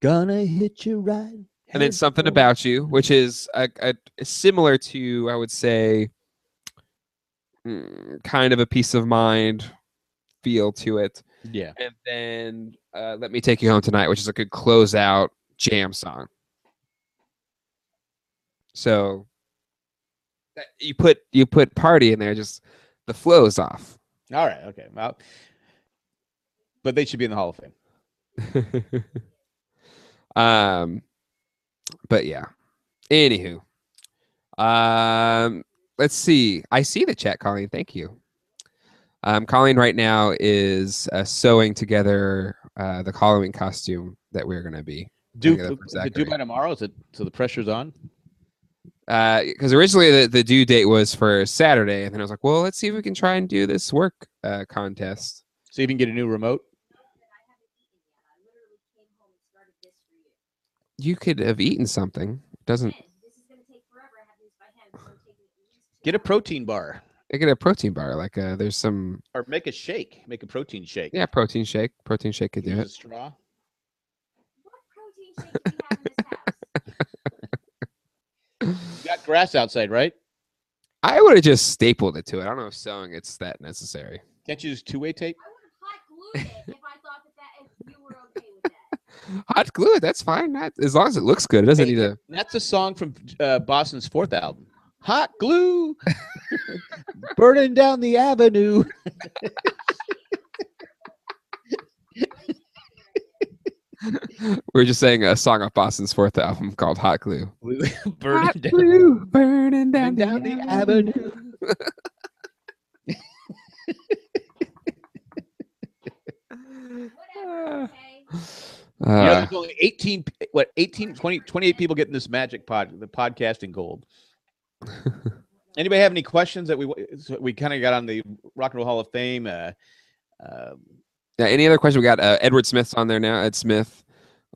Gonna hit you right. and then head something on. about you, which is a, a, similar to I would say, mm, kind of a peace of mind feel to it. Yeah. and then uh, "Let Me Take You Home Tonight," which is a good closeout jam song. So that, you put you put "Party" in there, just the flow's off. [LAUGHS] All right. Okay. Well, but they should be in the Hall of Fame. um, but yeah. Anywho, um, let's see. I see the chat, Colleen. Thank you. Um, Colleen right now is uh, sewing together uh, the Halloween costume that we're gonna be Do get that from is it due Zachary. by tomorrow? Is it so the pressure's on? because Uh, originally the, the due date was for Saturday, and then I was like, well, let's see if we can try and do this work uh, contest. So you can get a new remote. You could have eaten something. Hmm. Doesn't Get a protein bar I get a protein bar? Like uh there's some or make a shake. Make a protein shake. yeah protein shake. Protein shake could Use do a it. straw. You got grass outside, right? [CLEARS THROAT] I would have just stapled it to it. I don't know if sewing it's that necessary. Can't you use two-way tape? Hot glue it. That's fine. That, as long as it looks good, it doesn't Hey, need to. That's a song from uh, Boston's fourth album, Hot [LAUGHS] Glue, burning down the avenue. We're just saying a song off Boston's fourth album called Hot Glue. [LAUGHS] burning Hot down, glue burning down, down the avenue. Uh, You know, Uh, there's only 18, p- what, 18, 20, 28 people getting this magic pod, the podcasting gold. Anybody have any questions that we so we kind of got on the Rock and Roll Hall of Fame? Uh, uh, yeah, any other question? We got uh, Edward Smith's on there now. Ed Smith,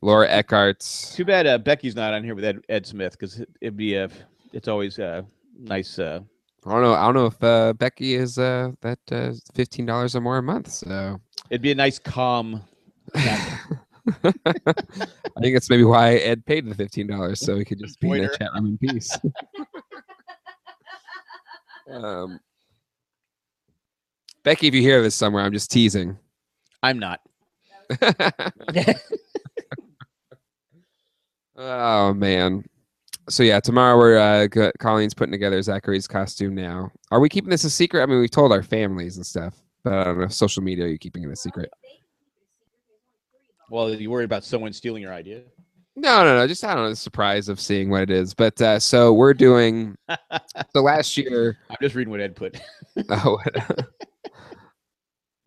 Laura Eckhart. too bad uh, Becky's not on here with Ed, Ed Smith because it, it'd be a, it's always uh, nice. Uh, I don't know. I don't know if uh, Becky is uh, that uh, fifteen dollars or more a month. So it'd be a nice calm. I think that's maybe why Ed paid the fifteen dollars so he could just be in the Pointer. chat room in peace. Um, Becky, if you hear this somewhere, I'm just teasing. I'm not. oh man. So yeah, tomorrow we're uh, c- Colleen's putting together Zachary's costume now. Are we keeping this a secret? I mean, we've told our families and stuff, but I don't know. Social media, are you keeping it a secret? Well, you worried about someone stealing your idea? No, no, no. Just I don't know. The surprise of seeing what it is. But uh, so we're [LAUGHS] doing. so last year, [LAUGHS] I'm just reading what Ed put. [LAUGHS] Oh, [LAUGHS]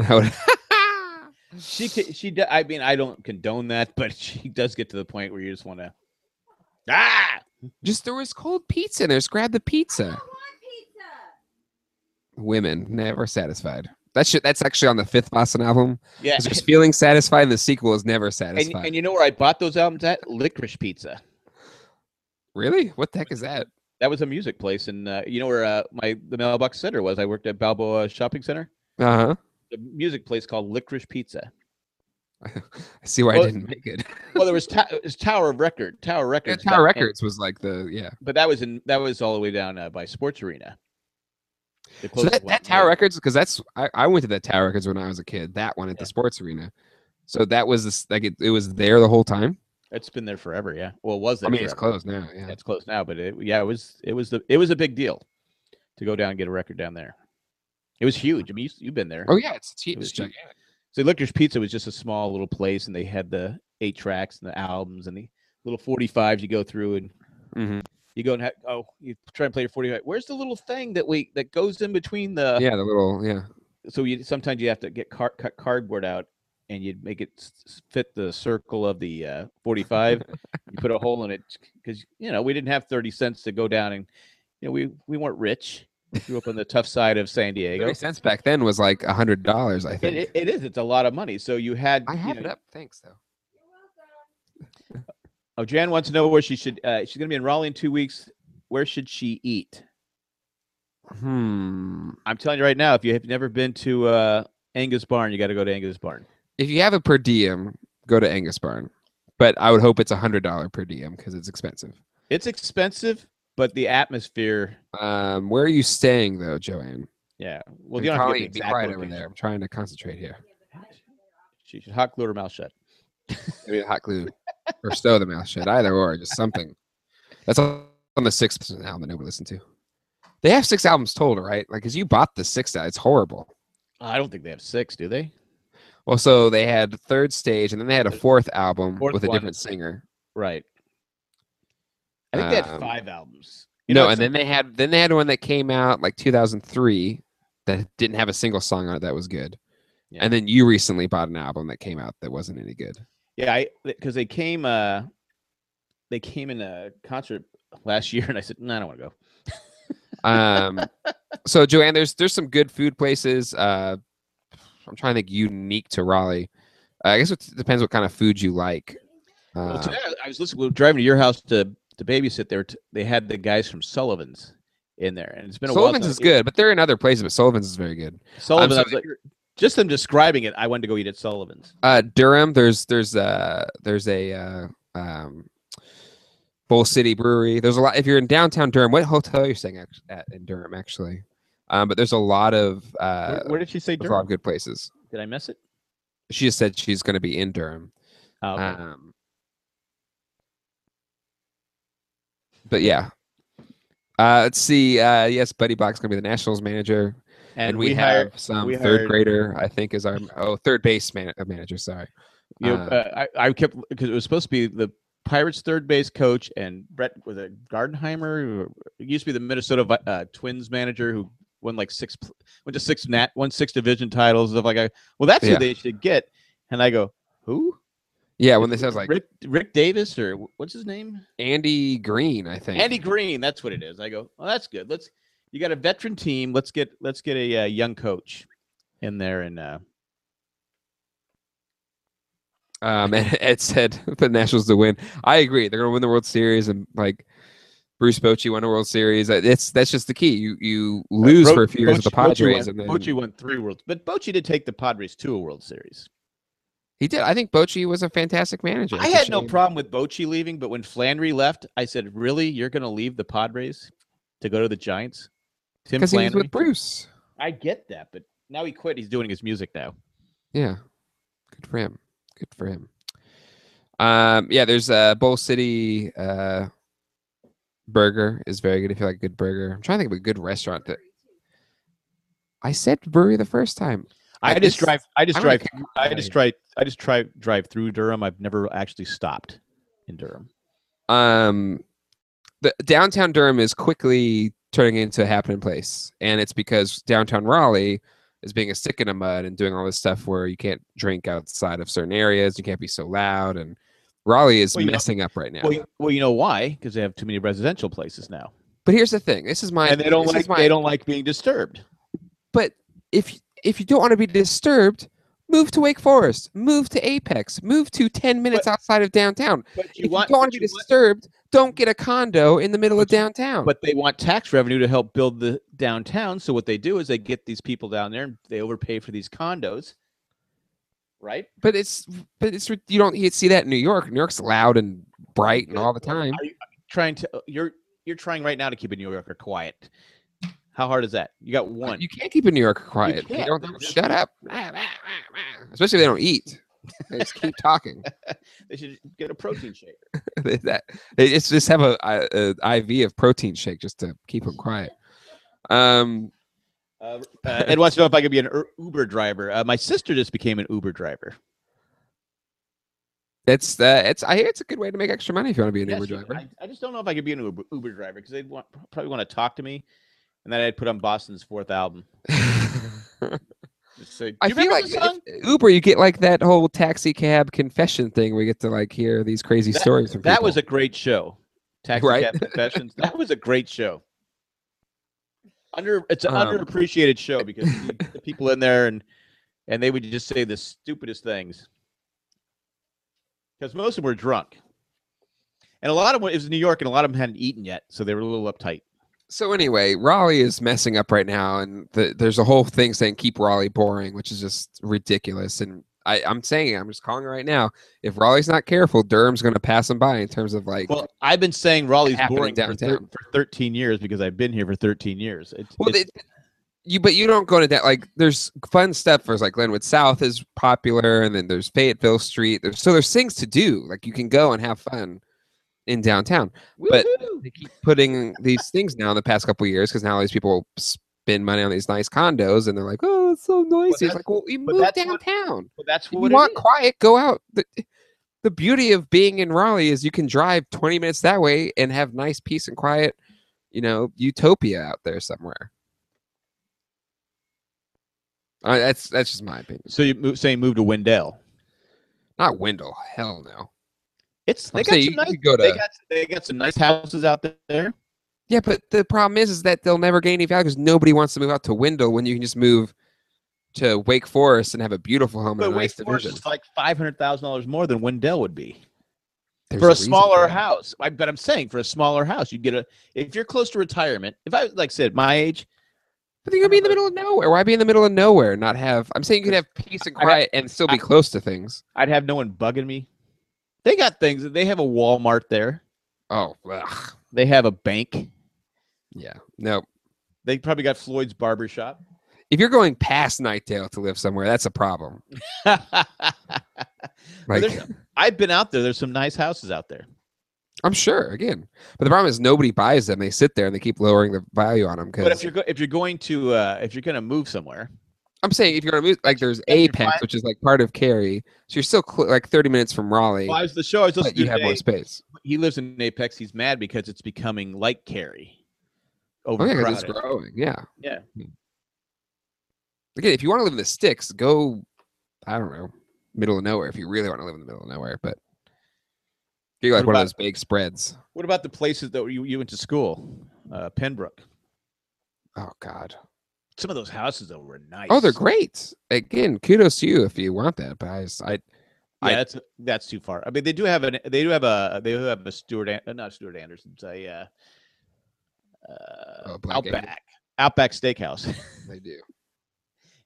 would, oh, She ca- she. do- I mean, I don't condone that, but [LAUGHS] she does get to the point where you just want to. Ah, [LAUGHS] just there was cold pizza in there. Just grab the I pizza. don't want pizza. Women never satisfied. That shit. That's actually on the fifth Boston [LAUGHS] album. yeah. 'cause There's feeling satisfied, and the sequel is never satisfied. And, and you know where I bought those albums at? Licorice Pizza. really? What the heck is that? That was a music place, and uh, you know where uh, my the mailbox center was. I worked at Balboa Shopping Center. Uh huh. The music place called Licorice Pizza. I see why I Well- didn't make it. Well, there was, ta- it was Tower of Record, Tower Yeah, [LAUGHS] Records, Tower but- and- Records was like the yeah. but that was in that was all the way down uh, by Sports Arena. The So closest that, one that Tower was- Records because that's I, I went to that Tower Records when I was a kid. That one at the Yeah. sports arena. So that was this, like it, it was there the whole time. It's been there forever, yeah. Well, was there? I mean, it's forever. closed now. Yeah. it's closed now, but it, yeah, it was it was the it was a big deal to go down and get a record down there. It was huge. I mean, you, you've been there. Oh yeah, it's It it's was gigantic. huge. So Licorice Pizza was just a small little place, and they had the eight tracks and the albums and the little forty fives you go through, and Mhm. you go and ha- oh, you try and play your forty five. Where's the little thing that we that goes in between the? Yeah, the [LAUGHS] little yeah. So you sometimes you have to get car- cut cardboard out, and you'd make it s- s- fit the circle of the uh, forty five. you put a hole in it because you know we didn't have thirty cents to go down, and you know we we weren't rich. We Grew up on the tough side of [LAUGHS] San Diego. Thirty cents back then was like a hundred dollars. I It, think. it, it is. It's a lot of money. So you had. I you have know, it up. Thanks though. You're welcome. Oh, Jan wants to know where she should. Uh, she's gonna be in Raleigh in two weeks. Where should she eat? Hmm. I'm telling you right now, if you have never been to uh, Angus Barn, you got to go to Angus Barn. If you have a per diem, go to Angus Barn. But I would hope it's a hundred dollar per diem because it's expensive. It's expensive, but the atmosphere. Um, where are you staying though, Joanne? Yeah. Well, And you don't have to Colleen, give the be exact quiet over there. location. I'm trying to concentrate here. Yeah, but I should get off. She should hot glue her mouth shut. I mean, hot glue or stow the mouth shut. Either or, just something. That's on the sixth album that nobody listened to. They have six albums total, right? Like, cause you bought the sixth. al- It's horrible. I don't think they have six, do they? Well, so they had third stage, and then they had a fourth album Fourth with a one. different singer. Right. I think they Um, had five albums. You no, know, and it's- then they had then they had one that came out like 2003 that didn't have a single song on it that was good. Yeah. And then you recently bought an album that came out that wasn't any good. yeah, I because they came. uh They came in a concert last [LAUGHS] year, and I said, "No, I don't want to go." Um, so Joanne, there's there's some good food places. Uh, I'm trying to think unique to Raleigh. Uh, I guess it depends what kind of food you like. Well, Uh, today I- I was listening. We were driving to your house to to babysit. There, t- they had the guys from Sullivan's in there, and it's been a Sullivan's while. is good, but they're in other places. But Sullivan's is very good. Sullivan's, I sorry, was like, just them describing it, I wanted to go eat at Sullivan's. uh Durham there's there's uh there's a uh um Bull City Brewery. There's a lot if you're in downtown Durham, what hotel you're staying act- at in Durham actually? Um but there's a lot of Where- uh where, did she say there's a lot Durham? of good places. Did I miss it? She just said she's going to be in Durham. Oh, okay. Um But yeah. Uh let's see uh yes Buddy Box going to be the Nationals manager and, we, have hired- some we third hired- grader I think is our oh third base man- uh, manager sorry. you know, uh, uh, I, I kept because it was supposed to be the Pirates third base coach and Brett was a Gardenheimer. Or, it used to be the Minnesota Vi- uh, Twins manager who won like six, pl- went to six nat, won six division titles. Of like, I, well, that's Yeah. who they should get. And I go, who? Yeah, when this sounds like Rick Rick Davis or wh- what's his name? Andy Green, I think. Andy Green. That's what it is. I go. Well, that's good. Let's. You got a veteran team. Let's get. Let's get a uh, young coach in there. And uh, Um, and [LAUGHS] Ed said the Nationals to win. I agree. They're going to win the World Series, and like Bruce Bochy won a World Series. Uh, It's that's just the key. You you lose Bro- for a few years with the Bochy- Bochy Padres, Won, and then Bochy won three worlds, but Bochy did take the Padres to a World Series. he did. I think Bochy was a fantastic manager. I It's a had no shame. problem with Bochy leaving, but when Flannery left, I said, "Really, you're going to leave the Padres to go to the Giants?" Tim because he was Flannery. with Bruce. I get that, but now he quit. He's doing his music now. Yeah. Good for him. Good for him. Um, yeah, there's uh Bowl City uh burger is very good if you like good burger. I'm trying to think of a good restaurant that I said brewery the first time. I, I just just- drive. I just I'm gonna drive. come I out just here. drive. I just try drive through Durham. I've never actually stopped in Durham. um the downtown Durham is quickly turning into a happening place. And it's because downtown Raleigh is being a stick in the mud and doing all this stuff where you can't drink outside of certain areas, you can't be so loud and Raleigh is Well, you know- messing up right now. Well, you, well, you know why? Because they have too many residential places now, but here's the thing. This is my and they don't this like is my, they don't like being disturbed. but if y- if you don't want to be disturbed, move to Wake Forest, move to Apex, move to ten minutes outside of downtown. But if you don't want to be disturbed, don't get a condo in the middle of But you- downtown. but they want tax revenue to help build the downtown. So what they do is they get these people down there and they overpay for these condos, right? but it's but it's rid- you don't you see that in New York. New York's loud and bright and Good. all the time. Are you trying to uh, you're you're trying right now to keep a New Yorker quiet? How hard is that? You got one. Uh, You can't keep a New Yorker quiet. You can't. don't- They're just- shut up. [LAUGHS] Especially if they don't eat. They just keep talking. They should get a protein shake. They- [LAUGHS] that they just, just have a, a, a IV of protein shake just to keep them quiet. Um, Uh, uh, Ed wants to know if I could be an Ur- Uber driver. Uh, my sister just became an Uber driver. That's uh, it's I hear it's a good way to make extra money if you want to be an Yes, Uber you- driver. I, I just don't know if I could be an Uber, Uber driver because they'd want, probably want to talk to me, and then I'd put on Boston's fourth album. Just say, "Do [LAUGHS] I you feel remember like this song?" if- Uber, you get like that whole taxi cab confession thing where you get to like hear these crazy That- stories from that was people. a great show. Taxi Right? Cab Confessions. That was a great show. Under it's an Um, underappreciated show because [LAUGHS] you- the people in there and and they would just say the stupidest things because most of them were drunk, and a lot of them it was in New York and a lot of them hadn't eaten yet, so they were a little uptight. so anyway. Raleigh is messing up right now, and the, there's a whole thing saying keep Raleigh boring, which is just ridiculous. And I, I'm saying it, I'm just calling it right now. If Raleigh's not careful, Durham's going to pass him by in terms of like. Well, I've been saying Raleigh's happened boring in for, thir- downtown. for 13 years because I've been here for 13 years. It's Well, it's- they- you but you don't go to that like there's fun stuff. There's like Glenwood South is popular, and then there's Fayetteville Street. There's so there's things to do. Like you can go and have fun in downtown. but Woohoo! They keep putting these things now in the past couple of years because now all these people spend money on these nice condos, and they're like, oh, it's so noisy. that's- It's like, well, you but move that's what- downtown. But that's If you what it want is. quiet? Go out. The, the beauty of being in Raleigh is you can drive 20 minutes that way and have nice peace and quiet. You know, utopia out there somewhere. Uh, that's that's just my opinion. So you mo- saying move to Wendell? Not Wendell. Hell no. It's they I'm got saying some you nice could go they to- got they got some nice houses out there. Yeah, uh, but the problem is, is that they'll never gain any value because nobody wants to move out to Wendell when you can just move to Wake Forest and have a beautiful home But and a Wake nice Forest division. is like five hundred thousand dollars more than Wendell would be There's for a reason smaller that. house. I, but I'm saying for a smaller house, you get a if you're close to retirement. If I like said my age, But then you'll be in the middle of nowhere. Why be in the middle of nowhere? and Not have. I'm saying you could have peace and I- I- quiet and still be I- close to things. I'd have no one bugging me. They got things. They have a Walmart there. Oh, ugh. They have a bank. yeah. No. They probably got Floyd's barber shop. [LAUGHS] If you're going past Nightdale to live somewhere, that's a problem. But Like, there's- I've been out there. There's some nice houses out there. I'm sure again, but the problem is nobody buys them. They sit there and they keep lowering the value on them. But if Because you're go- if you're going to uh, if you're going to move somewhere, I'm saying if you're gonna move, like there's if you're Apex, buying- which is like part of Cary, so you're still cl- like 30 minutes from Raleigh, well, I was the show I was listening but to you have more today. space. he lives in Apex. He's mad because it's becoming like Carrie. Oh yeah, 'cause Overcrowded. it's growing. Yeah. Hmm. Yeah. Again, if you want to live in the sticks, go. I don't know, middle of nowhere. If you really want to live in the middle of nowhere, but you like What one of about- those big spreads. what about the places that you, you went to school? Uh, Pembroke. Oh God. Some of those houses though were nice. Oh, they're great. Again, kudos to you if you want that. But I, just- I Yeah, I- that's that's too far. I mean, they do have an they do have a they do have a Stuart An- uh, not Stuart Anderson's a uh, uh, Oh, Black Angus. Outback Outback Steakhouse, [LAUGHS] they do.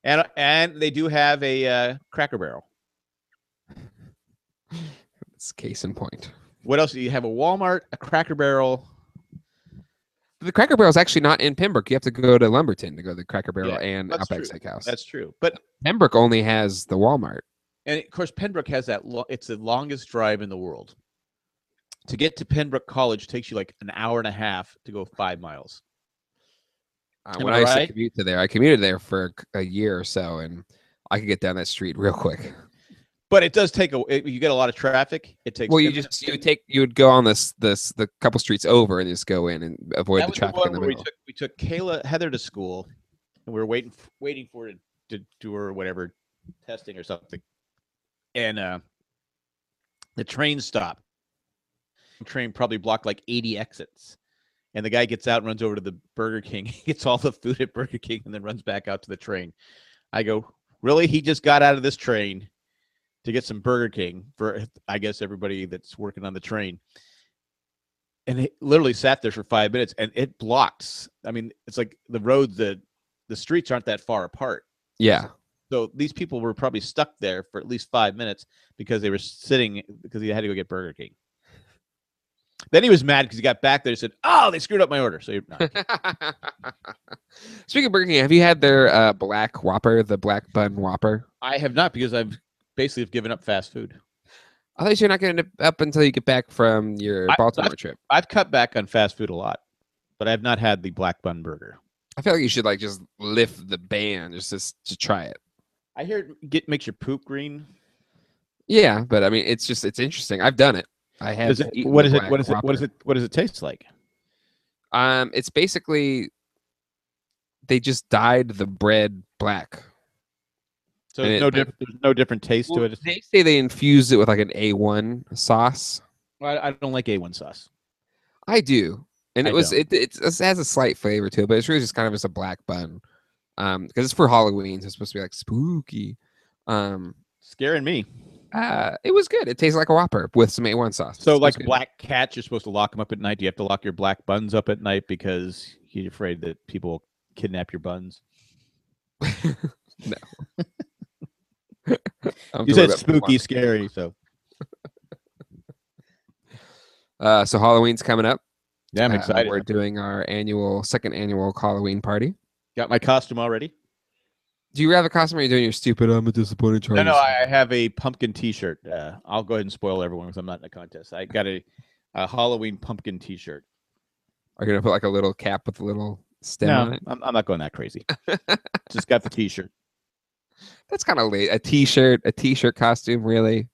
and and they do have a uh, Cracker Barrel. It's case in point. What else do you have? A Walmart, a Cracker Barrel. the Cracker Barrel is actually not in Pembroke. You have to go to Lumberton to go to the Cracker Barrel Yeah, and that's Outback true. Steakhouse. That's true. But Pembroke only has the Walmart. and of course Pembroke has that lo- it's the longest drive in the world. To get to Pembroke College takes you like an hour and a half to go 5 miles. Uh, Am when I I used right? to commute to there, I commuted there for c- a year or so, and I could get down that street real quick. But it does take a it- you get a lot of traffic. It takes Well, you and just you would take you would go on this this the couple streets over and just go in and avoid that the was traffic one in the where we middle. took we took Kayla Heather to school, and we were waiting f- waiting for her to, to do her whatever testing or something, and uh, the train stopped. The train probably blocked like eighty exits, and the guy gets out and runs over to the Burger King, [LAUGHS] gets all the food at Burger King, and then runs back out to the train. I go, really? He just got out of this train to get some Burger King for I guess everybody that's working on the train and it literally sat there for five minutes and it blocks i mean it's like the road the the streets aren't that far apart yeah, so these people were probably stuck there for at least five minutes because they were sitting because he had to go get burger king then he was mad because he got back there and said oh they screwed up my order so you're [LAUGHS] not Speaking of Burger King, have you had their uh, black Whopper, the black bun Whopper? i have not because i've basically have given up fast food I thought you're not going to up until you get back from your I- Baltimore trip. i've cut back on fast food a lot but i've not had the black bun burger I feel like you should like just lift the ban just just to try it. i hear it get makes your poop green Yeah, but I mean, it's just it's interesting. I've done it. I have. Does it, eaten what the is it Black what is it what is Whopper. it what does it taste like Um, it's basically they just dyed the bread black. so And there's it- no, diff- there's no different taste to Well, it It's- They say they infused it with like an A1 sauce. Well, I, I don't like A1 sauce. I do, and I it was don't. it, it's, it has a slight flavor to it, but it's really just kind of just a black bun, um, because it's for Halloween, so it's supposed to be like spooky. Um, Scaring me. uh, it was good. It tastes like a Whopper with some A1 sauce. It So, smells like good. black cats, you're supposed to lock them up at night. Do you have to lock your black buns up at night because you're afraid that people will kidnap your buns? I'm You thrilled said about the spooky, scary. So, Whopper. Uh, so Halloween's coming up. yeah, I'm Uh, excited. we're doing our annual, second annual Halloween party. Got my costume already. Do you have a costume? Or are you doing your stupid? I'm a disappointed Charlie. No, no, song?" I I have a pumpkin T-shirt. Uh, I'll go ahead and spoil everyone because I'm not in a contest. I got a, a Halloween pumpkin T-shirt. Are you gonna put like a little cap with a little stem on No, it? I'm, I'm not going that [LAUGHS] crazy. Just got the T-shirt. That's kind of late. A t-shirt, a t-shirt costume, really?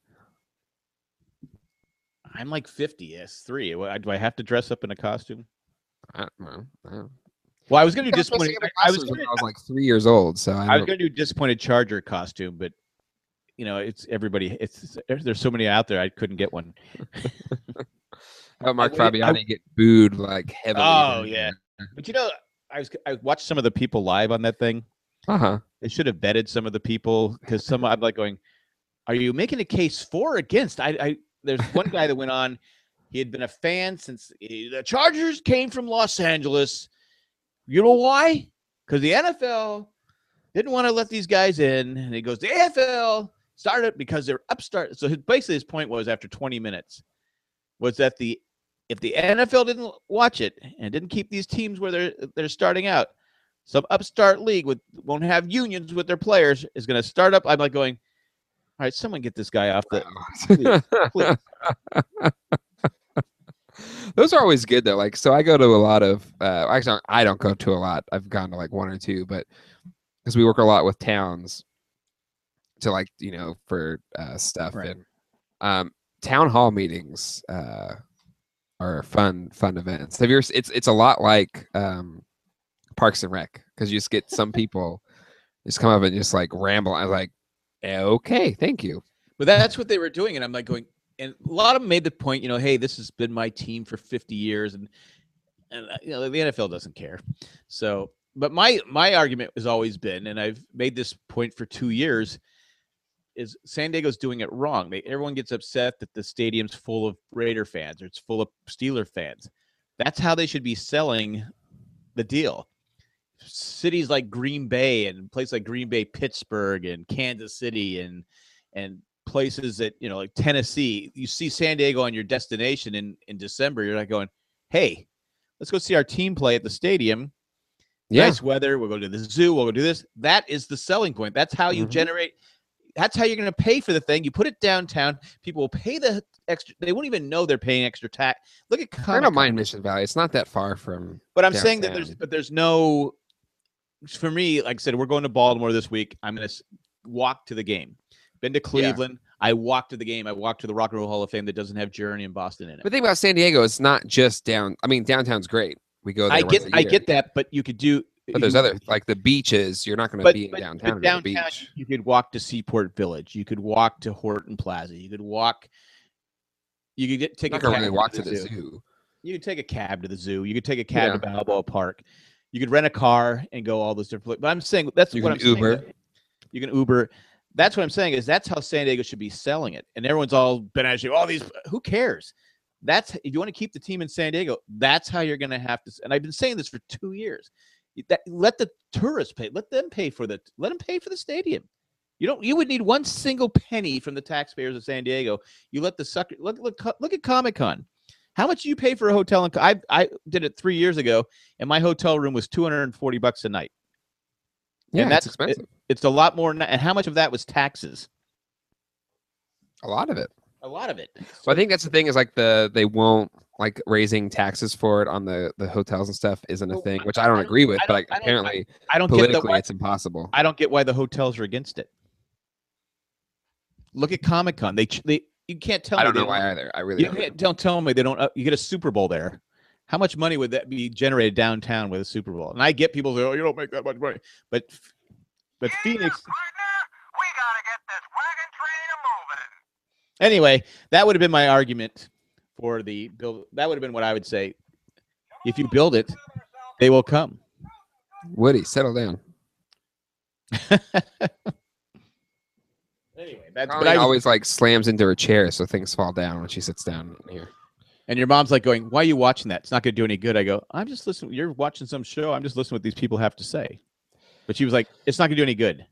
I'm like 50. Yes, three. Well, I- Do I have to dress up in a costume? I don't know. I don't- Well, I was going to do I started disappointed. dressing up in I- I was costumes when gonna- I was like three years old, so I, I was don't- going to do disappointed Charger costume, but you know, it's everybody. It's there's there's so many out there. I couldn't get one. I helped Mark waited- I- Fabiani get booed like heavily. Oh, yeah. But you know, I was I watched some of the people live on that thing. Uh huh. They should have vetted some of the people because some I'm like going, are you making a case for or against? I, I there's one guy that went on. He had been a fan since eh, the Chargers came from Los Angeles. You know why? Because the NFL didn't want to let these guys in, and he goes, the AFL started because they're upstart. So his, basically, his point was after 20 minutes was that the if the NFL didn't watch it and didn't keep these teams where they're they're starting out, some upstart league with won't have unions with their players is going to start up. I'm like going, all right, someone get this guy off the. please, please. Those are always good though. Like, so I go to a lot of. Uh, actually, I don't go to a lot. I've gone to like one or two, but because we work a lot with towns to like you know for uh, stuff Right. and um, town hall meetings uh, are fun fun events. Have you? ever s- It's it's a lot like um, Parks and Rec because you just get some people just come up and just like ramble. I like, "Eh, okay, thank you. But that's what they were doing, and I'm like going, and a lot of them made the point, you know, hey, this has been my team for 50 years, and and uh, you know the NFL doesn't care. So, but my my argument has always been, and I've made this point for two years, is San Diego's doing it wrong. They everyone gets upset that the stadium's full of Raider fans or it's full of Steeler fans. That's how they should be selling the deal. Cities like Green Bay and places like Green Bay, Pittsburgh, and Kansas City, and and places that you know like Tennessee, you see San Diego on your destination in in December, you're not going, hey, let's go see our team play at the stadium. Yeah. Nice weather. We'll go to the zoo. We'll go do this. That is the selling point. That's how you Mhm. generate. That's how you're going to pay for the thing. You put it downtown. People will pay the extra. They won't even know they're paying extra tax. Look at I Comic-Con. don't mind Mission Valley. It's not that far from. But I'm saying that there's downtown. but there's no for me, like I said, we're going to Baltimore this week. I'm gonna s- walk to the game. Been to Cleveland. I walked to the game. I walked to the Rock and Roll Hall of Fame that doesn't have Journey in Boston in it. But the thing about San Diego, it's not just down. I mean, downtown's great. We go. There I once get a I year. get that, but you could do But there's you- other like the beaches. You're not going to but, be in but- but downtown. to go to downtown the beach. you could walk to Seaport Village. You could walk to Horton Plaza. You could walk you could get take You're not a going to cab really to walk the to the zoo. zoo. You could take a cab to the zoo. You could take a cab to Balboa Park. You could rent a car and go all those different. pla- But I'm saying that's You what can I'm Uber. saying. that- You can Uber. That's what I'm saying is that's how San Diego should be selling it. And everyone's all been at you. All these. Who cares? That's if you want to keep the team in San Diego. That's how you're going to have to. s- And I've been saying this for two years. y- That let the tourists pay. Let them pay for the. Let them pay for the stadium. You don't. You would need one single penny from the taxpayers of San Diego. You let the sucker look. Look. Look at Comic Con. How much do you pay for a hotel? In, Co- I I did it three years ago, and my hotel room was two hundred and forty bucks a night. Yeah, that's- that's expensive. It's a lot more. na- And how much of that was taxes? a lot of it. A lot of it. Well, I think that's the thing is like the they won't like raising taxes for it on the the hotels and stuff isn't a Well, thing, I- which I don't I don't- agree with. I But don't- like I don't- apparently I don't get the, politically, why, it's impossible. I don't get why the hotels are against it. Look at Comic Con. They ch- they you can't tell. I me don't they know why either. I really You don't. can't don't tell me they don't. Uh, you get a Super Bowl there. How much money would that be generated downtown with a Super Bowl? And I get people say, "Oh, you don't make that much money," but but Phoenix. partner, we gotta get this wagon train a moving. Anyway, that would have been my argument for the build. That would have been what I would say. If you build it, they will come. Woody, settle down. Anyway, that's Colleen but I was- always like slams into her chair so things fall down when she sits down here. and your mom's like going, "Why are you watching that? It's not going to do any good." I go, "I'm just listening. You're watching some show. I'm just listening to what these people have to say." But she was like, "It's not going to do any [LAUGHS] good."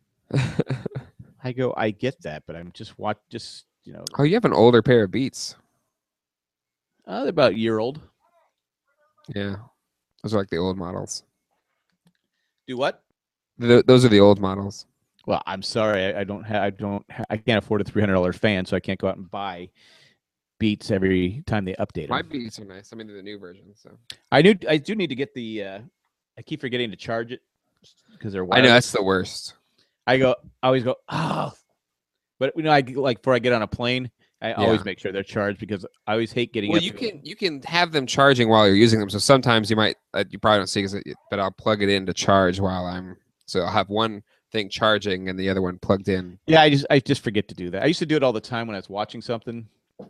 I go, "I get that, but I'm just watch. Just you know, oh, you have an older pair of Beats. uh, they're about a year old. Yeah, those are like the old models. Do what?" Th- those are the old models. Well, I'm sorry, I, I don't have, I don't, ha- I can't afford a three hundred dollar fan, so I can't go out and buy Beats every time they update. 'em. My Beats are nice. I mean, they're the new version. So I do. I do need to get the. Uh, I keep forgetting to charge it because they're I wireless. know that's the worst. I go. I always go. Oh, but you know, I g- like before I get on a plane, I always Yeah. make sure they're charged because I always hate getting. Well, up you to- can you can have them charging while you're using them. So sometimes you might uh, you probably don't see because but I'll plug it in to charge while I'm. So I'll have one thing charging and the other one plugged in. Yeah, I just I just forget to do that. I used to do it all the time when I was watching something,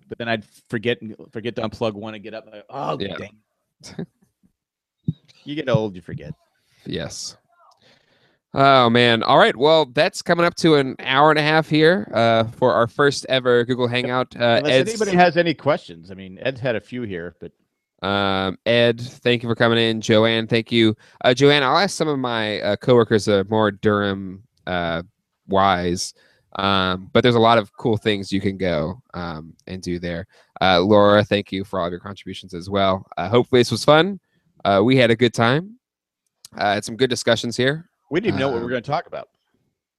but then I'd forget and forget to unplug one and get up. And I, oh, Yeah. dang. you get old, you forget. Yes. Oh man. All right. Well, that's coming up to an hour and a half here uh, for our first ever Google Hangout. Uh, Unless Ed's- anybody has any questions, I mean, Ed's had a few here, but Um, Ed, thank you for coming in. Joanne, thank you. Uh, Joanne, I'll ask some of my uh, coworkers that are more Durham uh, wise, um, but there's a lot of cool things you can go um, and do there. Uh, Laura, thank you for all of your contributions as well. Uh, hopefully, this was fun. Uh, we had a good time. Uh, had some good discussions here we didn't even know what we were Um, going to talk about.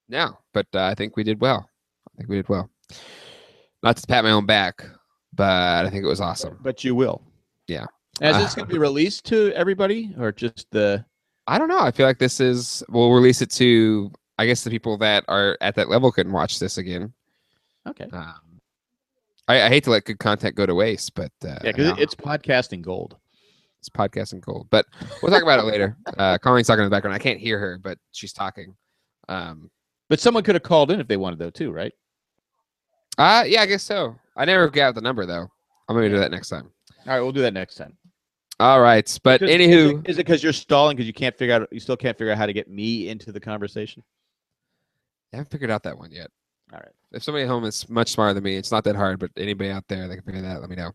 now, but uh, I think we did well. I think we did well. Not to pat my own back, but I think it was awesome. But you will. Yeah. Now, [LAUGHS] Is this going to be released to everybody or just the? I don't know. I feel like this is we'll release it to I guess the people that are at that level can watch this again. Okay. Um, I, I hate to let good content go to waste, but uh, Yeah, I because don't know. it's podcasting gold. it's podcasting gold. But we'll talk about it later. [LAUGHS] Uh, Colleen's talking in the background. I can't hear her, but she's talking. Um, But someone could have called in if they wanted, though, too, right? uh, yeah, I guess so. I never got the number though. I'm gonna do that next time. All right, we'll do that next time. All right, but Just- anywho, is it because you're stalling because you can't figure out you still can't figure out how to get me into the conversation? I haven't figured out that one yet. All right. if somebody at home is much smarter than me, it's not that hard. But anybody out there that can figure that, out, let me know.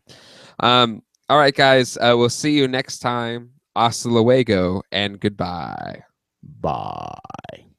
Um, all right, guys, uh, we'll see you next time. Hasta luego and goodbye. Bye.